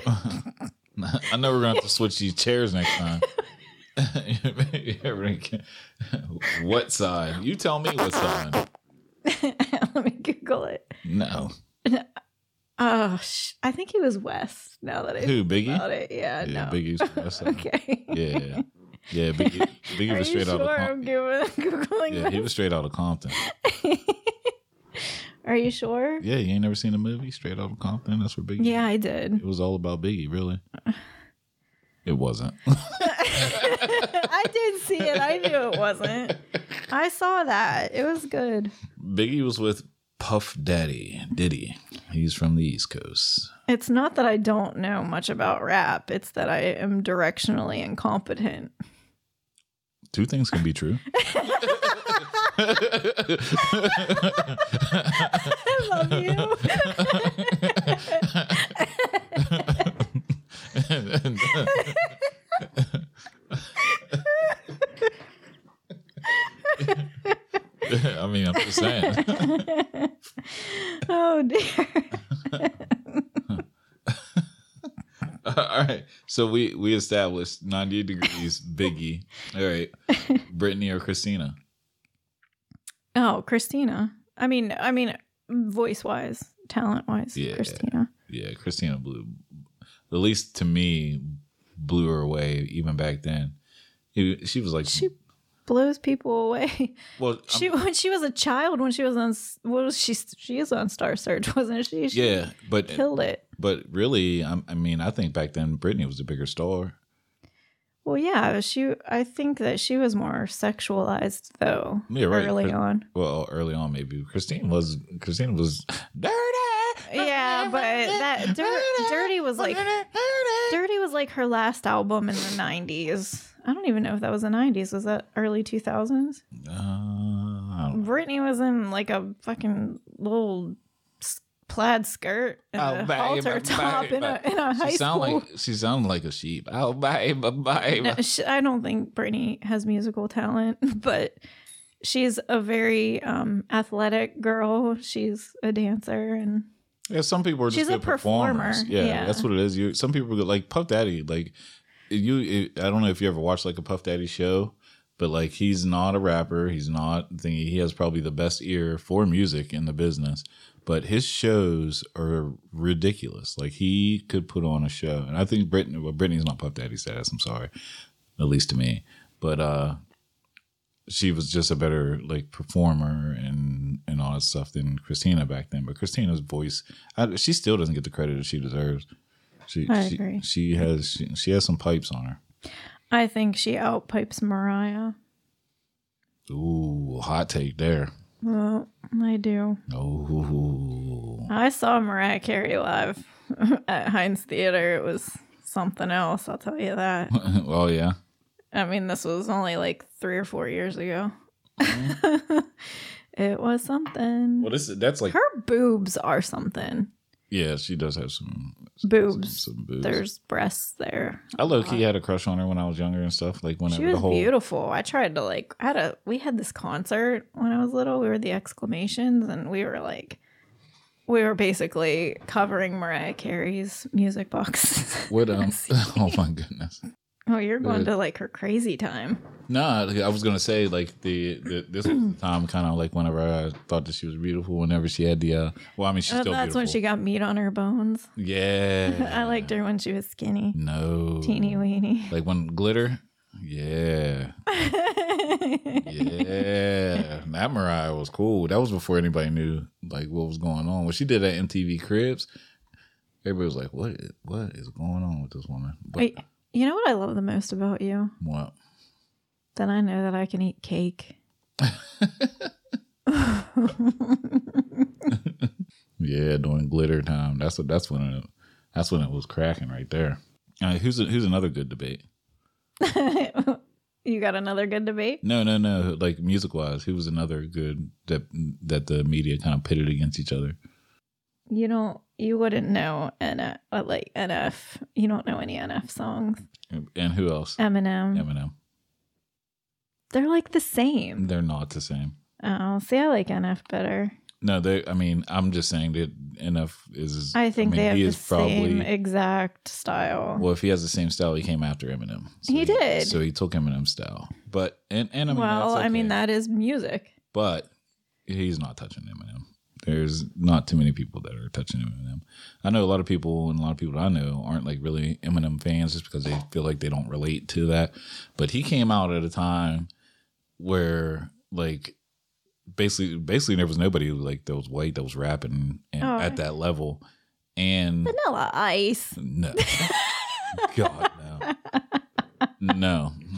[SPEAKER 1] I know we're gonna have to switch these chairs next time. what side? You tell me what side.
[SPEAKER 2] Let me Google it.
[SPEAKER 1] No.
[SPEAKER 2] Oh, sh- I think he was West now that I
[SPEAKER 1] Who,
[SPEAKER 2] think
[SPEAKER 1] Biggie?
[SPEAKER 2] about it. Yeah,
[SPEAKER 1] Yeah,
[SPEAKER 2] no.
[SPEAKER 1] Big East. West Side.
[SPEAKER 2] Okay.
[SPEAKER 1] Yeah. Yeah, Biggie, Biggie
[SPEAKER 2] Are
[SPEAKER 1] was
[SPEAKER 2] you
[SPEAKER 1] straight out
[SPEAKER 2] sure
[SPEAKER 1] of
[SPEAKER 2] I'm
[SPEAKER 1] Compton.
[SPEAKER 2] giving, googling
[SPEAKER 1] Yeah, he
[SPEAKER 2] this?
[SPEAKER 1] was straight out of Compton.
[SPEAKER 2] Are you sure? Yeah.
[SPEAKER 1] Yeah, you ain't never seen a movie straight out of Compton. That's where Biggie.
[SPEAKER 2] I did.
[SPEAKER 1] it was all about Biggie, really. It wasn't.
[SPEAKER 2] I did see it. I knew it wasn't. I saw that. It was good.
[SPEAKER 1] Biggie was with Puff Daddy Diddy. He's from the East Coast.
[SPEAKER 2] It's not that I don't know much about rap, it's that I am directionally incompetent.
[SPEAKER 1] Two things can be true.
[SPEAKER 2] I love you.
[SPEAKER 1] I mean, I'm just saying.
[SPEAKER 2] Oh, dear.
[SPEAKER 1] All right. So we we established 90 degrees Biggie. All right. Brittany or Christina?
[SPEAKER 2] Oh, Christina. I mean, I mean, voice wise, talent wise,
[SPEAKER 1] Yeah.
[SPEAKER 2] Christina.
[SPEAKER 1] Yeah, Christina blew at least to me blew her away even back then. It- she was like
[SPEAKER 2] She blows people away.
[SPEAKER 1] well I'm-
[SPEAKER 2] She when she was a child, when she was on, s- what was she? She is on Star Search, wasn't she? She
[SPEAKER 1] yeah, but
[SPEAKER 2] killed it.
[SPEAKER 1] but really I, I mean I think back then Brittany was the bigger star.
[SPEAKER 2] Well, yeah, she. I think that she was more sexualized though
[SPEAKER 1] Yeah, right.
[SPEAKER 2] early
[SPEAKER 1] Chris-
[SPEAKER 2] on.
[SPEAKER 1] Well, early on maybe Christine was Christina was dirty.
[SPEAKER 2] Yeah, but that dir- dirty was like dirty was like her last album in the '90s. I don't even know if that was the '90s. Was that early 2000s?
[SPEAKER 1] Uh, I don't know.
[SPEAKER 2] Brittany was in like a fucking little s- plaid skirt and
[SPEAKER 1] Oh,
[SPEAKER 2] a
[SPEAKER 1] babe,
[SPEAKER 2] halter
[SPEAKER 1] babe,
[SPEAKER 2] top in a
[SPEAKER 1] babe.
[SPEAKER 2] in a high
[SPEAKER 1] She
[SPEAKER 2] school.
[SPEAKER 1] sound like she sound like a sheep. Oh babe, babe. oh,
[SPEAKER 2] No, sh I don't think Brittany has musical talent, but she's a very um, athletic girl. She's a dancer, and
[SPEAKER 1] Yeah, some people are just
[SPEAKER 2] She's a
[SPEAKER 1] good performers.
[SPEAKER 2] performer,
[SPEAKER 1] Yeah,
[SPEAKER 2] yeah.
[SPEAKER 1] that's what it is. You some people are good, like Puff Daddy. Like you, it, I don't know if you ever watched like a Puff Daddy show, but like he's not a rapper. He's not thingy. He has probably the best ear for music in the business. But his shows are ridiculous. Like he could put on a show, and I think Brittany. Well, Brittany's not Puff Daddy status. I'm sorry, at least to me. But uh, she was just a better like performer and and all that stuff than Christina back then. But Christina's voice, I, she still doesn't get the credit that she deserves. She
[SPEAKER 2] I
[SPEAKER 1] she,
[SPEAKER 2] agree.
[SPEAKER 1] she has she, she has some pipes on her.
[SPEAKER 2] I think she outpipes Mariah.
[SPEAKER 1] Ooh, hot take there.
[SPEAKER 2] Well, I do.
[SPEAKER 1] Ooh,
[SPEAKER 2] I saw Mariah Carey live at Heinz Theater. It was something else. I'll tell you that.
[SPEAKER 1] oh yeah.
[SPEAKER 2] I mean, this was only like three or four years ago. it was something.
[SPEAKER 1] Well, this that's like
[SPEAKER 2] Her boobs are something.
[SPEAKER 1] yeah, she does have some
[SPEAKER 2] Boobs.
[SPEAKER 1] some boobs.
[SPEAKER 2] There's breasts there.
[SPEAKER 1] I low key had a crush on her when I was younger and stuff. Like whenever
[SPEAKER 2] She was
[SPEAKER 1] the whole
[SPEAKER 2] beautiful. I tried to like I had a we had this concert when I was little. We were the exclamations and we were like we were basically covering Mariah Carey's music box.
[SPEAKER 1] what um oh my goodness.
[SPEAKER 2] oh, you're going
[SPEAKER 1] Good.
[SPEAKER 2] to like her crazy time.
[SPEAKER 1] No, I was gonna say like the, the this was the time kind of like whenever I thought that she was beautiful. Whenever she had the uh, well, I mean she's
[SPEAKER 2] Oh, that's
[SPEAKER 1] still beautiful.
[SPEAKER 2] when she got meat on her bones.
[SPEAKER 1] yeah,
[SPEAKER 2] I liked her when she was skinny.
[SPEAKER 1] no
[SPEAKER 2] Teeny weeny.
[SPEAKER 1] like when glitter. Yeah, yeah, that Mariah was cool. That was before anybody knew like what was going on. When she did that MTV Cribs, everybody was like, "What? is- What is going on with this woman?" But
[SPEAKER 2] Wait, you know what I love the most about you?
[SPEAKER 1] what?
[SPEAKER 2] That I know that I can eat cake.
[SPEAKER 1] Yeah, during glitter time. That's what. That's when it. That's when it was cracking right there. All right, who's who's another good debate?
[SPEAKER 2] you got another good debate?
[SPEAKER 1] No, no, no. Like music wise, who was another good that that the media kind of pitted against each other?
[SPEAKER 2] You don't. You wouldn't know NF, uh, like NF. You don't know any NF songs.
[SPEAKER 1] And, and who else?
[SPEAKER 2] Um, Eminem.
[SPEAKER 1] Eminem.
[SPEAKER 2] They're like the same.
[SPEAKER 1] They're not the same. Mm.
[SPEAKER 2] Oh, see, I like NF better.
[SPEAKER 1] No, they. I mean, I'm just saying that NF is.
[SPEAKER 2] I think
[SPEAKER 1] mean,
[SPEAKER 2] they have
[SPEAKER 1] he
[SPEAKER 2] the
[SPEAKER 1] is probably-
[SPEAKER 2] same exact style.
[SPEAKER 1] Well, if he has the same style, he came after Eminem. So
[SPEAKER 2] He did.
[SPEAKER 1] So he took Eminem's style, but and, and I mean,
[SPEAKER 2] well,
[SPEAKER 1] that's
[SPEAKER 2] I mean
[SPEAKER 1] okay.
[SPEAKER 2] that is music.
[SPEAKER 1] But he's not touching Eminem. There's not too many people that are touching Eminem. I know a lot of people and a lot of people that I know aren't like really Eminem fans just because they feel like they don't relate to that. But he came out at a time where like basically basically there was nobody like that was white that was rapping and
[SPEAKER 2] Oh.
[SPEAKER 1] at that level. And
[SPEAKER 2] Vanilla Ice.
[SPEAKER 1] no. God no.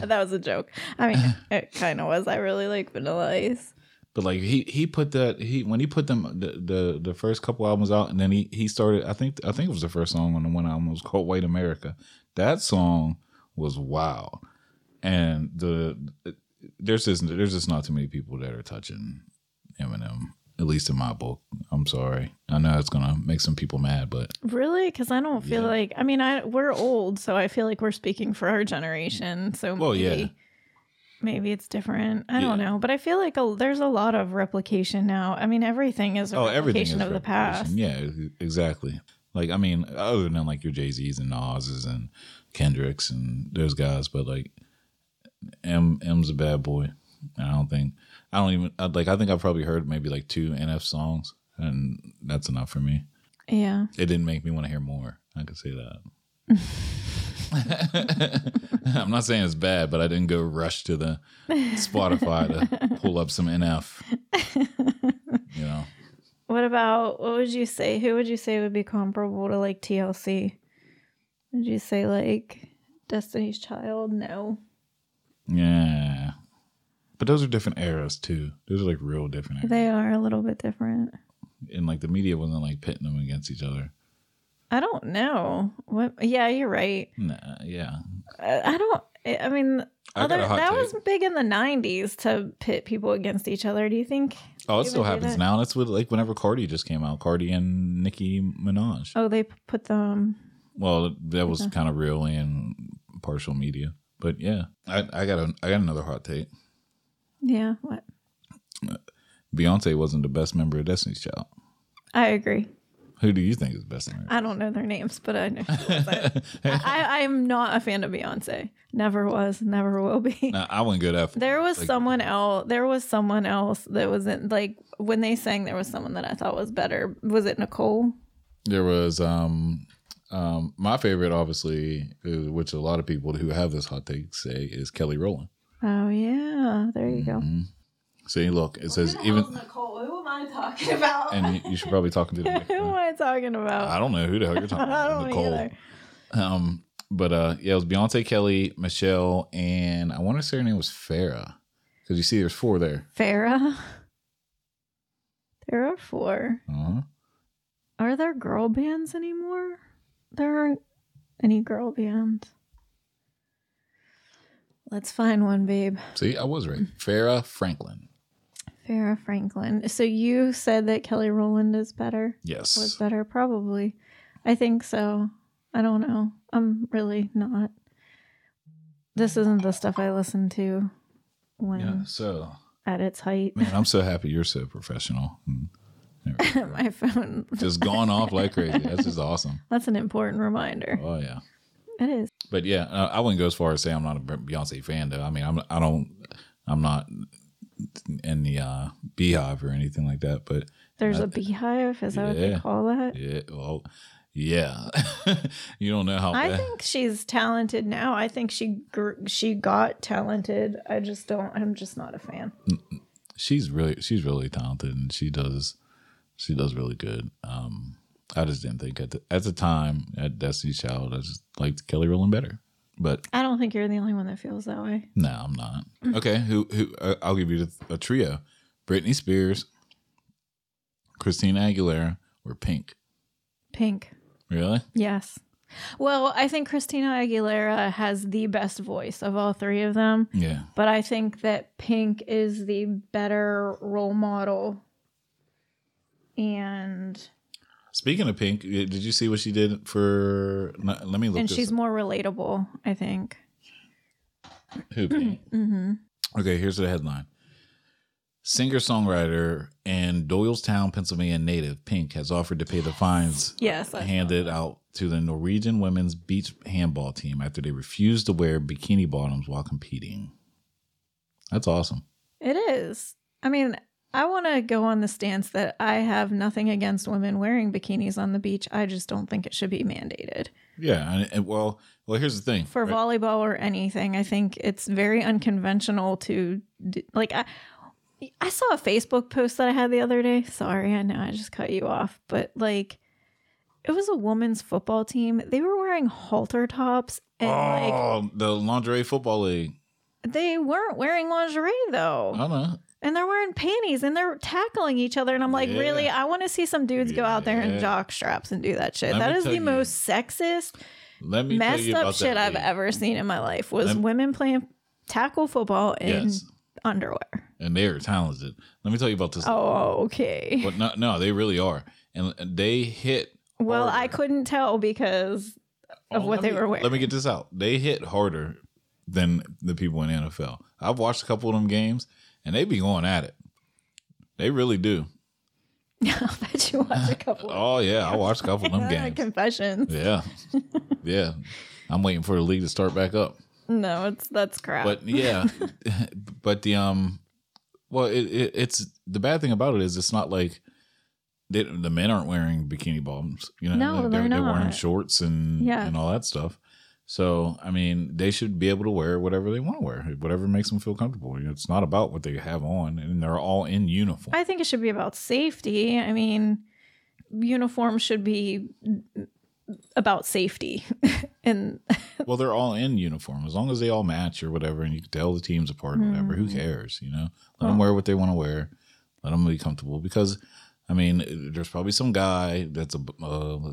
[SPEAKER 1] No.
[SPEAKER 2] That was a joke. I mean, it kind of was. I really like Vanilla Ice.
[SPEAKER 1] But like he he put that he when he put them the the, the first couple albums out and then he he started I think I think it was the first song on the one album it was called White America. That song was wild. And the there's just there's just not too many people that are touching Eminem at least in my book. I'm sorry. I know it's gonna make some people mad, but
[SPEAKER 2] Really? Because I don't feel
[SPEAKER 1] Yeah.
[SPEAKER 2] like I mean, I we're old, so I feel like we're speaking for our generation. So
[SPEAKER 1] Well,
[SPEAKER 2] maybe,
[SPEAKER 1] yeah.
[SPEAKER 2] maybe it's different. I don't
[SPEAKER 1] Yeah.
[SPEAKER 2] know, but I feel like a, there's a lot of replication now. I mean, everything is a
[SPEAKER 1] oh, everything is
[SPEAKER 2] replication of the past.
[SPEAKER 1] replication. Yeah, e- exactly. Like I mean, other than like your Jay Z's and Nas's and Kendricks and those guys, but like M M's a bad boy. I don't think I don't even I- like. I think I probably heard maybe like two NF songs, and that's enough for me.
[SPEAKER 2] Yeah.
[SPEAKER 1] It didn't make me want to hear more. I can say that. I'm not saying it's bad, but I didn't go rush to the Spotify to pull up some NF. You know.
[SPEAKER 2] What about what would you say? Who would you say would be comparable to like TLC? Would you say like Destiny's Child? No.
[SPEAKER 1] Yeah. But those are different eras too. Those are like real different eras.
[SPEAKER 2] They are a little bit different.
[SPEAKER 1] And like the media wasn't like pitting them against each other.
[SPEAKER 2] I don't know. What yeah, you're right.
[SPEAKER 1] Nah, yeah.
[SPEAKER 2] I I don't. I mean,
[SPEAKER 1] I got
[SPEAKER 2] other
[SPEAKER 1] a hot
[SPEAKER 2] that
[SPEAKER 1] take.
[SPEAKER 2] was big in the '90s to pit people against each other. Do you think?
[SPEAKER 1] Oh, it
[SPEAKER 2] They
[SPEAKER 1] still
[SPEAKER 2] would do
[SPEAKER 1] happens
[SPEAKER 2] that.
[SPEAKER 1] now. That's with like whenever Cardi just came out, Cardi and Nicki Minaj.
[SPEAKER 2] Oh, they p- put um, them.
[SPEAKER 1] Well, that was kind of real and partial media. But yeah, I, I got a, I got another hot take.
[SPEAKER 2] Yeah, what?
[SPEAKER 1] Beyonce wasn't the best member of Destiny's Child.
[SPEAKER 2] I agree.
[SPEAKER 1] Who do you think is the best member?
[SPEAKER 2] I don't know their names, but I know. who was it. I, I I'm not a fan of Beyonce. Never was. Never will be.
[SPEAKER 1] Nah, I wouldn't go that. far.
[SPEAKER 2] There was
[SPEAKER 1] Like-
[SPEAKER 2] someone else. There was someone else that was in like when they sang. There was someone that I thought was better. Was it Nicole?
[SPEAKER 1] there was um um my favorite obviously uh, which a lot of people who have this hot take say is kelly rowland Mm-hmm.
[SPEAKER 2] Oh yeah, there you go.
[SPEAKER 1] see look it says even
[SPEAKER 2] Nicole. Who am I talking about?
[SPEAKER 1] and you, you should probably talk to the
[SPEAKER 2] who am
[SPEAKER 1] microphone.
[SPEAKER 2] I talking about?
[SPEAKER 1] i don't know who the hell you're talking
[SPEAKER 2] I
[SPEAKER 1] about
[SPEAKER 2] don't either.
[SPEAKER 1] um but uh yeah it was beyonce kelly michelle and i want to say her name was farah because you see there's four there
[SPEAKER 2] Farah. There are four.
[SPEAKER 1] uh-huh.
[SPEAKER 2] Are there girl bands anymore? There aren't any girl bands. Let's find one, babe.
[SPEAKER 1] see i was right farah franklin
[SPEAKER 2] Farah Franklin. So you said that Kelly Rowland is better? Was
[SPEAKER 1] yes
[SPEAKER 2] better, probably. I think so. I don't know. I'm really not. This isn't the stuff I listened to when
[SPEAKER 1] yeah so
[SPEAKER 2] at its height.
[SPEAKER 1] man i'm so happy you're so professional Mm.
[SPEAKER 2] My phone.
[SPEAKER 1] just gone off like crazy that's just awesome
[SPEAKER 2] That's an important reminder.
[SPEAKER 1] oh yeah
[SPEAKER 2] It is.
[SPEAKER 1] But yeah, uh, I wouldn't go as far as say I'm not a Beyonce fan though. I mean, I'm I don't I'm not in the uh, beehive or anything like that. But
[SPEAKER 2] There's a beehive. Is that what they
[SPEAKER 1] Yeah.
[SPEAKER 2] call that?
[SPEAKER 1] yeah, well, yeah, you don't know how.
[SPEAKER 2] I
[SPEAKER 1] bad-
[SPEAKER 2] think she's talented now. I think she gr- she got talented. I just don't. I'm just not a fan.
[SPEAKER 1] she's really she's really talented and she does she does really good. Um, I just didn't think at the at the time at Destiny's Child I just liked Kelly Rowland better. But
[SPEAKER 2] I don't think you're the only one that feels that way.
[SPEAKER 1] no, I'm not. Okay, who who uh, I'll give you a trio: Britney Spears, Christina Aguilera, or Pink.
[SPEAKER 2] Pink.
[SPEAKER 1] Really?
[SPEAKER 2] Yes. Well, I think Christina Aguilera has the best voice of all three of them,
[SPEAKER 1] Yeah.
[SPEAKER 2] but I think that Pink is the better role model. And
[SPEAKER 1] Speaking of Pink, eh, did you see what she did for? no, Let me look.
[SPEAKER 2] and
[SPEAKER 1] this
[SPEAKER 2] she's more relatable, I think.
[SPEAKER 1] up. who Pink?
[SPEAKER 2] Mm-hmm.
[SPEAKER 1] okay, here's the headline: Singer songwriter and Doylestown, Pennsylvania native Pink has offered to pay the fines
[SPEAKER 2] Yes. I-
[SPEAKER 1] handed out to the Norwegian women's beach handball team after they refused to wear bikini bottoms while competing. That's awesome.
[SPEAKER 2] It is. I mean, I want to go on the stance that I have nothing against women wearing bikinis on the beach. I just don't think it should be mandated
[SPEAKER 1] Yeah, and, and well, well, here's the thing.
[SPEAKER 2] for
[SPEAKER 1] right?
[SPEAKER 2] volleyball or anything. I think it's very unconventional to d- like I I saw a Facebook post that I had the other day. Sorry, I know I just cut you off, but like it was a women's football team. They were wearing halter tops and like
[SPEAKER 1] oh, the lingerie football league.
[SPEAKER 2] they weren't wearing lingerie
[SPEAKER 1] I
[SPEAKER 2] though.
[SPEAKER 1] don't know.
[SPEAKER 2] and they're wearing panties and they're tackling each other. And I'm like,
[SPEAKER 1] Yeah.
[SPEAKER 2] really? I want to see some dudes go out there
[SPEAKER 1] Yeah.
[SPEAKER 2] and jock straps and do that shit.
[SPEAKER 1] Let
[SPEAKER 2] that
[SPEAKER 1] me
[SPEAKER 2] is
[SPEAKER 1] tell
[SPEAKER 2] the
[SPEAKER 1] you-
[SPEAKER 2] most sexist,
[SPEAKER 1] Let me tell
[SPEAKER 2] messed
[SPEAKER 1] you about
[SPEAKER 2] up shit
[SPEAKER 1] that
[SPEAKER 2] I've
[SPEAKER 1] league.
[SPEAKER 2] ever seen in my life was
[SPEAKER 1] Lem-
[SPEAKER 2] women playing tackle football in
[SPEAKER 1] Yes,
[SPEAKER 2] underwear.
[SPEAKER 1] and they are talented. Let me tell you about this.
[SPEAKER 2] Oh, okay.
[SPEAKER 1] But no, no, they really are, and uh, they hit.
[SPEAKER 2] well,
[SPEAKER 1] harder.
[SPEAKER 2] I couldn't tell because of
[SPEAKER 1] Oh,
[SPEAKER 2] what
[SPEAKER 1] let
[SPEAKER 2] they
[SPEAKER 1] me-
[SPEAKER 2] were wearing.
[SPEAKER 1] Let me get this out. They hit harder than the people in the NFL. I've watched a couple of them games, and they be going at it. They really do.
[SPEAKER 2] I bet you watch a couple of
[SPEAKER 1] Oh yeah, I watched a couple of them games.
[SPEAKER 2] confessions.
[SPEAKER 1] Yeah, yeah. I'm waiting for the league to start back up.
[SPEAKER 2] No, it's that's crap.
[SPEAKER 1] But yeah, but the um, well, it, it it's the bad thing about it is it's not like they, the men aren't wearing bikini bottoms. You know,
[SPEAKER 2] No,
[SPEAKER 1] they're,
[SPEAKER 2] they're
[SPEAKER 1] wearing
[SPEAKER 2] not.
[SPEAKER 1] shorts and
[SPEAKER 2] Yeah.
[SPEAKER 1] and all that stuff. So I mean, they should be able to wear whatever they want to wear, whatever makes them feel comfortable. You know, It's not about what they have on, and they're all in uniform.
[SPEAKER 2] I think it should be about safety. I mean, uniforms should be about safety. and
[SPEAKER 1] well, they're all in uniform as long as they all match or whatever, and you can tell the teams apart, or whatever.
[SPEAKER 2] Mm-hmm.
[SPEAKER 1] Who cares? You know, let them wear what they want to wear. Let them be comfortable because, I mean, there's probably some guy that's a uh,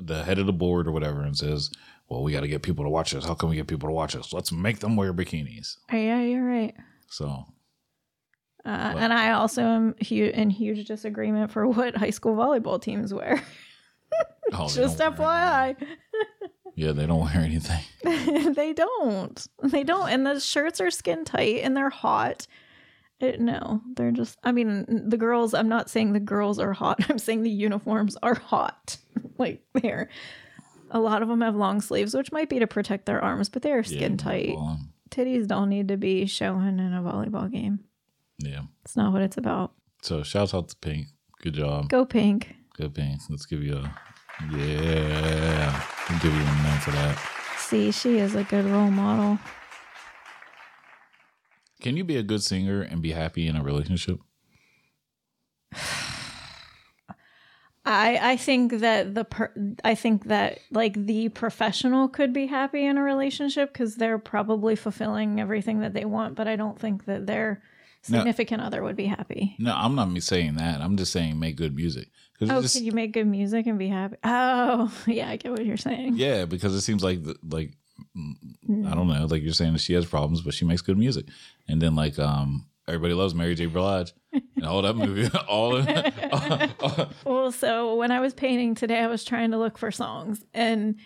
[SPEAKER 1] the head of the board or whatever, and says, "Well, we got to get people to watch us. How can we get people to watch us? Let's make them wear bikinis."
[SPEAKER 2] Oh, yeah, you're right.
[SPEAKER 1] So
[SPEAKER 2] Uh,
[SPEAKER 1] But-
[SPEAKER 2] and I also am hu- in huge disagreement for what high school volleyball teams wear.
[SPEAKER 1] oh, they
[SPEAKER 2] Just
[SPEAKER 1] don't wear
[SPEAKER 2] FYI,
[SPEAKER 1] anything. yeah, they don't wear anything.
[SPEAKER 2] they don't. They don't. And the shirts are skin tight and they're hot. It, no, they're just. I mean, the girls. I'm not saying the girls are hot. I'm saying the uniforms are hot. like they're. A lot of them have long sleeves, which might be to protect their arms, but they're skin
[SPEAKER 1] yeah,
[SPEAKER 2] tight.
[SPEAKER 1] well, um,
[SPEAKER 2] Titties don't need to be showing in a volleyball game.
[SPEAKER 1] yeah.
[SPEAKER 2] It's not what it's about.
[SPEAKER 1] So shout out to Pink. Good job.
[SPEAKER 2] Go pink.
[SPEAKER 1] Good pain. Let's give you a yeah. We'll give you a nine for that.
[SPEAKER 2] See, she is a good role model.
[SPEAKER 1] Can you be a good singer and be happy in a relationship?
[SPEAKER 2] I I think that the per- I think that like the professional could be happy in a relationship because they're probably fulfilling everything that they want, but I don't think that their
[SPEAKER 1] No.
[SPEAKER 2] significant other would be happy.
[SPEAKER 1] No, I'm not me saying that. I'm just saying make good music. 'Cause it
[SPEAKER 2] Oh,
[SPEAKER 1] just-
[SPEAKER 2] could you make good music and be happy? Oh, yeah, I get what you're saying.
[SPEAKER 1] yeah, because it seems like the, like
[SPEAKER 2] Mm.
[SPEAKER 1] I don't know, like you're saying that she has problems, but she makes good music. And then like um everybody loves Mary J. Blige and all that movie, all of,
[SPEAKER 2] Well, so when I was painting today, I was trying to look for songs and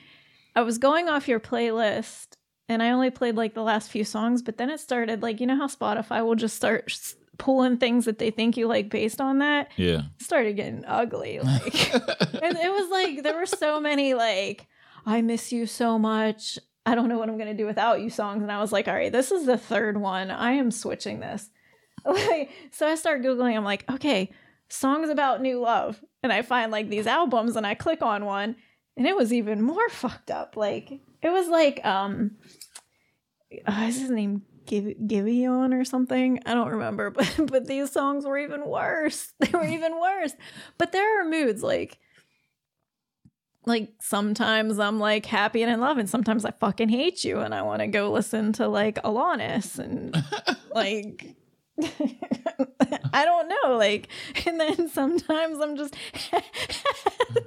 [SPEAKER 2] I was going off your playlist and I only played like the last few songs, but then it started like, you know how Spotify will just start s- pulling things that they think you like based on that?
[SPEAKER 1] yeah.
[SPEAKER 2] It started getting ugly. Like, and it was like, there were so many like, I miss you so much. I don't know what I'm going to do without you songs. And I was like, all right, this is the third one. I am switching this. Like, so I start Googling. I'm like, okay, songs about new love. And I find like these albums and I click on one and it was even more fucked up. Like, it was like, um, oh, is his name Giv- Giveon or something? I don't remember. But, but these songs were even worse. They were even worse. But there are moods like, like sometimes I'm like happy and in love, and sometimes I fucking hate you, and I want to go listen to like Alanis and like I don't know, like, and then sometimes I'm just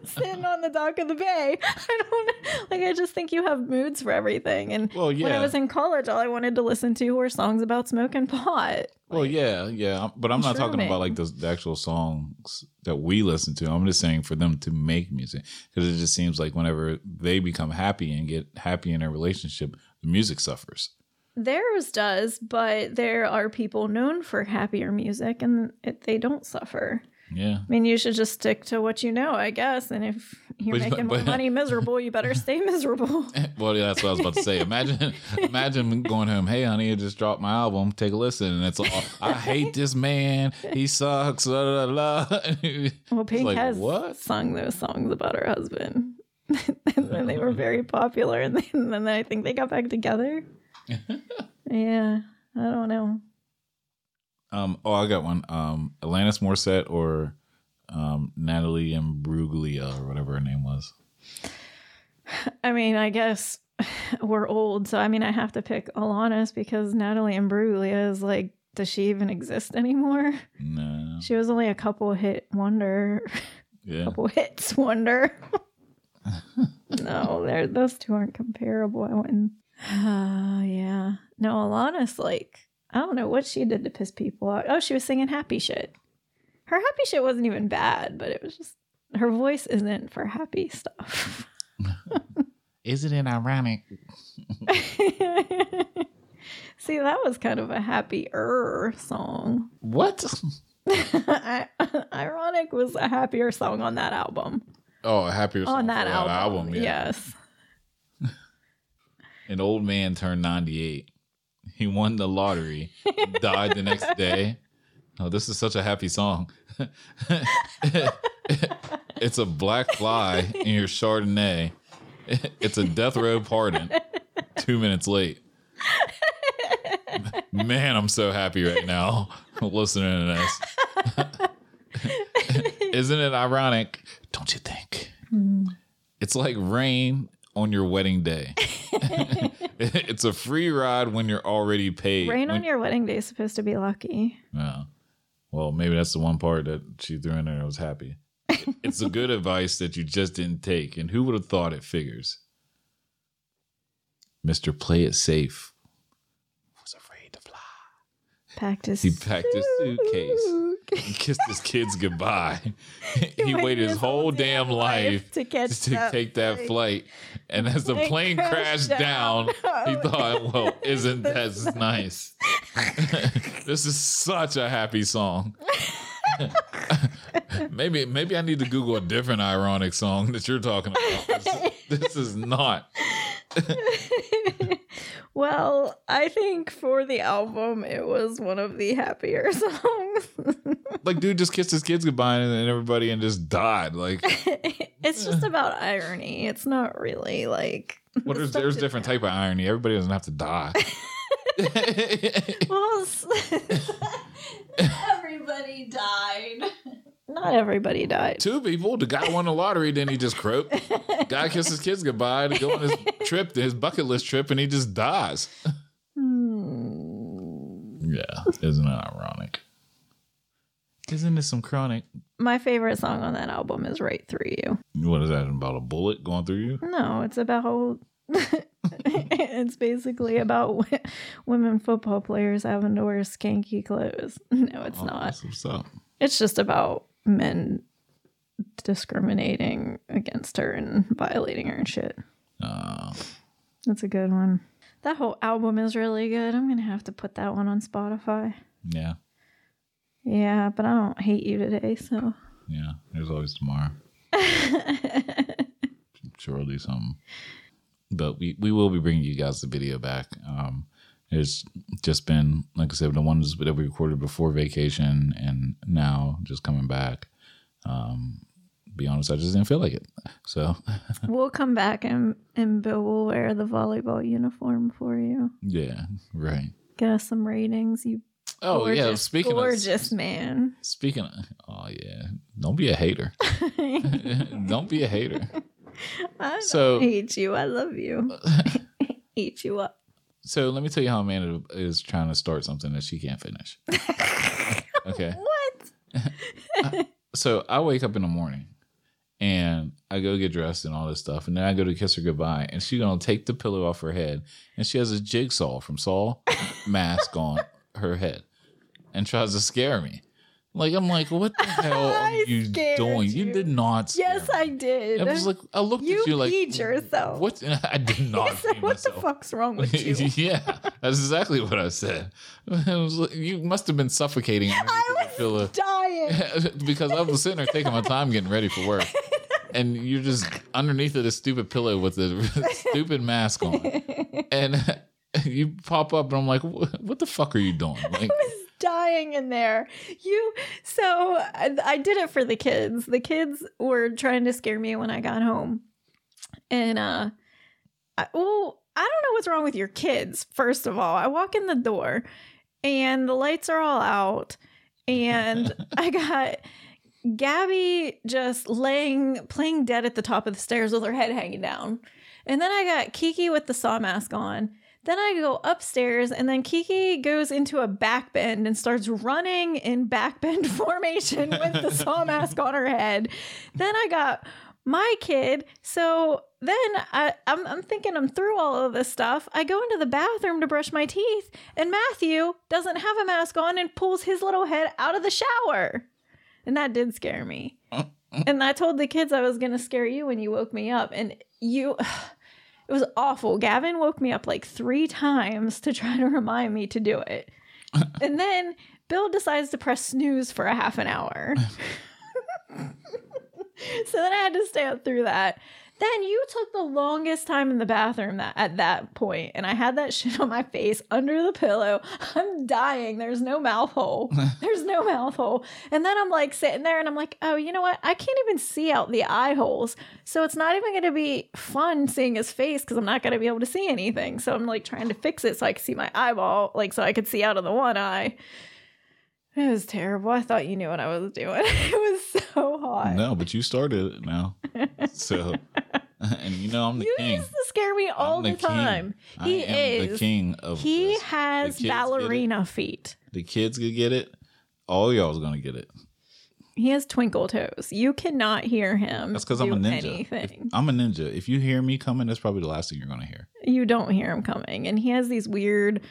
[SPEAKER 2] sitting on the dock of the bay. I don't like. I just think you have moods for everything, and
[SPEAKER 1] Well,
[SPEAKER 2] when
[SPEAKER 1] yeah.
[SPEAKER 2] I was in college, all I wanted to listen to were songs about smoking pot.
[SPEAKER 1] Well, yeah, yeah, but I'm not talking about
[SPEAKER 2] Sherman.
[SPEAKER 1] like the, the actual songs that we listen to. I'm just saying for them to make music because it just seems like whenever they become happy and get happy in their relationship, the music suffers.
[SPEAKER 2] Theirs does, but there are people known for happier music, and it, they don't suffer.
[SPEAKER 1] Yeah,
[SPEAKER 2] I mean, you should just stick to what you know, I guess. And if you're
[SPEAKER 1] But-
[SPEAKER 2] making
[SPEAKER 1] but-
[SPEAKER 2] my money miserable, you better stay miserable.
[SPEAKER 1] Well, yeah, that's what I was about to say. Imagine, imagine going to him. Hey, honey, I just dropped my album. Take a listen, and it's all, I hate this man. He sucks. La, la, la.
[SPEAKER 2] Well, Pink
[SPEAKER 1] like,
[SPEAKER 2] has
[SPEAKER 1] what?
[SPEAKER 2] sung those songs about her husband. and then they were very popular, and then, and then I think they got back together. yeah, I don't know.
[SPEAKER 1] Um, oh, I got one. Um, Alanis Morissette or um, Natalie Imbruglia or whatever her name was.
[SPEAKER 2] I mean, I guess we're old, so I mean, I have to pick Alanis because Natalie Imbruglia is like, does she even exist anymore?
[SPEAKER 1] No.
[SPEAKER 2] She was only a couple hit wonder,
[SPEAKER 1] Yeah.
[SPEAKER 2] couple hits wonder. no, they're, those two aren't comparable. I wouldn't. Ah, yeah. No, Alana's like, I don't know what she did to piss people off. Oh, she was singing happy shit. Her happy shit wasn't even bad, but it was just her voice isn't for happy stuff.
[SPEAKER 1] Isn't it ironic?
[SPEAKER 2] See, that was kind of a happier song.
[SPEAKER 1] What?
[SPEAKER 2] I- Ironic was a happier song on that album.
[SPEAKER 1] Oh, happier song
[SPEAKER 2] on that
[SPEAKER 1] for
[SPEAKER 2] album.
[SPEAKER 1] yeah.
[SPEAKER 2] Yes.
[SPEAKER 1] An old man turned 98. He won the lottery, died the next day. Oh, this is such a happy song. it's a black fly in your Chardonnay. It's a death row pardon. Two minutes late. Man, I'm so happy right now listening to this. Isn't it ironic? Don't you think?
[SPEAKER 2] Mm.
[SPEAKER 1] It's like rain on your wedding day. it's a free ride when you're already paid.
[SPEAKER 2] Rain
[SPEAKER 1] When-
[SPEAKER 2] on your wedding day is supposed to be lucky.
[SPEAKER 1] yeah. Well, maybe that's the one part that she threw in there and was happy. it's the good advice that you just didn't take, and who would have thought it figures? Mr. Play It Safe was afraid to fly.
[SPEAKER 2] Packed his
[SPEAKER 1] He packed his suitcase
[SPEAKER 2] suitcase.
[SPEAKER 1] and kissed his kids goodbye. he,
[SPEAKER 2] waited
[SPEAKER 1] waited his
[SPEAKER 2] his
[SPEAKER 1] whole
[SPEAKER 2] whole
[SPEAKER 1] damn
[SPEAKER 2] damn
[SPEAKER 1] life
[SPEAKER 2] to catch
[SPEAKER 1] to
[SPEAKER 2] that
[SPEAKER 1] take that flight.
[SPEAKER 2] flight.
[SPEAKER 1] And as the
[SPEAKER 2] Plane
[SPEAKER 1] plane crashed
[SPEAKER 2] crashed
[SPEAKER 1] down,
[SPEAKER 2] down.
[SPEAKER 1] he thought, well, isn't that nice? this is such a happy song. maybe maybe I need to Google a different ironic song that you're talking about. This, this is not.
[SPEAKER 2] Well, I think for the album, it was one of the happier songs.
[SPEAKER 1] Like, dude just kissed his kids goodbye and, and everybody and just died. Like,
[SPEAKER 2] it's just about irony. It's not really like.
[SPEAKER 1] well, there's,
[SPEAKER 2] Stuff
[SPEAKER 1] there's
[SPEAKER 2] to-
[SPEAKER 1] different type of irony. Everybody doesn't have to die.
[SPEAKER 2] Well, s-
[SPEAKER 3] Everybody died.
[SPEAKER 2] not everybody died.
[SPEAKER 1] two people. The guy won the lottery, then he just croaked. guy kissed his kids goodbye to go on his trip, his bucket list trip, and he just dies.
[SPEAKER 2] Hmm.
[SPEAKER 1] Yeah, isn't that ironic? Isn't this some chronic?
[SPEAKER 2] My favorite song on that album is Right Through You.
[SPEAKER 1] What is that about? A bullet going through you?
[SPEAKER 2] No, it's about. it's basically about w- women football players having to wear skanky clothes. No, it's
[SPEAKER 1] Oh,
[SPEAKER 2] not.
[SPEAKER 1] that's What's up?
[SPEAKER 2] It's just about men discriminating against her and violating her and shit.
[SPEAKER 1] Uh,
[SPEAKER 2] That's a good one. That whole album is really good. I'm going to have to put that one on Spotify.
[SPEAKER 1] yeah,
[SPEAKER 2] Yeah, but I don't hate you today, so.
[SPEAKER 1] yeah. There's always tomorrow. sure I'll do something. But we, we will be bringing you guys the video back. Um, there's just been, like I said, the ones that we recorded before vacation and now just coming back. Um, be honest, I just didn't feel like it. So,
[SPEAKER 2] we'll come back and, and Bill will wear the volleyball uniform for you.
[SPEAKER 1] yeah, right.
[SPEAKER 2] Get us some ratings, you
[SPEAKER 1] Oh,
[SPEAKER 2] gorgeous,
[SPEAKER 1] yeah. Speaking of.
[SPEAKER 2] gorgeous man.
[SPEAKER 1] Speaking of. Oh, yeah. Don't be a hater. Don't be a hater.
[SPEAKER 2] I
[SPEAKER 1] So-
[SPEAKER 2] so, hate you. I love you. Eat you up.
[SPEAKER 1] So, let me tell you how Amanda is trying to start something that she can't finish. Okay.
[SPEAKER 2] What?
[SPEAKER 1] so I wake up in the morning and I go get dressed and all this stuff, and then I go to kiss her goodbye, and she's gonna take the pillow off her head, and she has a jigsaw from Saw mask on her head, and tries to scare me. Like I'm like, what the hell are
[SPEAKER 2] I
[SPEAKER 1] you
[SPEAKER 2] scared
[SPEAKER 1] doing? You.
[SPEAKER 2] you.
[SPEAKER 1] did not. Scare
[SPEAKER 2] Yes,
[SPEAKER 1] me.
[SPEAKER 2] I did.
[SPEAKER 1] I was like, I looked
[SPEAKER 2] you
[SPEAKER 1] at you like
[SPEAKER 2] peed yourself.
[SPEAKER 1] What? I did
[SPEAKER 2] I
[SPEAKER 1] not.
[SPEAKER 2] said,
[SPEAKER 1] pee
[SPEAKER 2] what the
[SPEAKER 1] myself."
[SPEAKER 2] fuck's wrong with you?
[SPEAKER 1] yeah, that's exactly what I said. I was like, you must have been suffocating. underneath
[SPEAKER 2] I
[SPEAKER 1] the pillow.
[SPEAKER 2] was dying.
[SPEAKER 1] because I was sitting there taking my time getting ready for work. and you're just underneath of this stupid pillow with the stupid mask on, and you pop up, and I'm like, "Wh- "What the fuck are you doing?" Like,
[SPEAKER 2] was dying in there. You so I, I did it for the kids. The kids were trying to scare me when I got home, and uh, I, well, I don't know what's wrong with your kids. First of all, I walk in the door, and the lights are all out, and I got. Gabby just laying, playing dead at the top of the stairs with her head hanging down. And then I got Kiki with the saw mask on. Then I go upstairs, and then Kiki goes into a back bend and starts running in back bend formation with the saw mask on her head. Then I got my kid. So then I, I'm, I'm thinking I'm through all of this stuff. I go into the bathroom to brush my teeth, and Matthew doesn't have a mask on and pulls his little head out of the shower. And that did scare me. And I told the kids I was going to scare you when you woke me up. And you. It was awful. Gavin woke me up like three times to try to remind me to do it. and then Bill decides to press snooze for a half an hour. so then I had to stay up through that. Then you took the longest time in the bathroom that, at that point, and I had that shit on my face under the pillow. I'm dying. There's no mouth hole. There's no mouth hole. And then I'm like sitting there and I'm like, oh, you know what? I can't even see out the eye holes. So it's not even going to be fun seeing his face because I'm not going to be able to see anything. So I'm like trying to fix it so I can see my eyeball, like so I could see out of the one eye. It was terrible. I thought you knew what I was doing. It was so hot.
[SPEAKER 1] no, but you started it now, so and you know I'm the
[SPEAKER 2] You
[SPEAKER 1] king.
[SPEAKER 2] used to scare me all
[SPEAKER 1] I'm
[SPEAKER 2] the,
[SPEAKER 1] king.
[SPEAKER 2] time.
[SPEAKER 1] I
[SPEAKER 2] He
[SPEAKER 1] am the
[SPEAKER 2] is.
[SPEAKER 1] king of.
[SPEAKER 2] He
[SPEAKER 1] this.
[SPEAKER 2] has
[SPEAKER 1] kids get it.
[SPEAKER 2] ballerina feet.
[SPEAKER 1] the kids could get it. All y'all's gonna get it.
[SPEAKER 2] He has twinkle toes. You cannot hear him.
[SPEAKER 1] That's because I'm a
[SPEAKER 2] do
[SPEAKER 1] ninja. If-
[SPEAKER 2] Anything.
[SPEAKER 1] I'm a ninja. If you hear me coming, that's probably the last thing you're gonna hear.
[SPEAKER 2] You don't hear him coming. And he has these weird,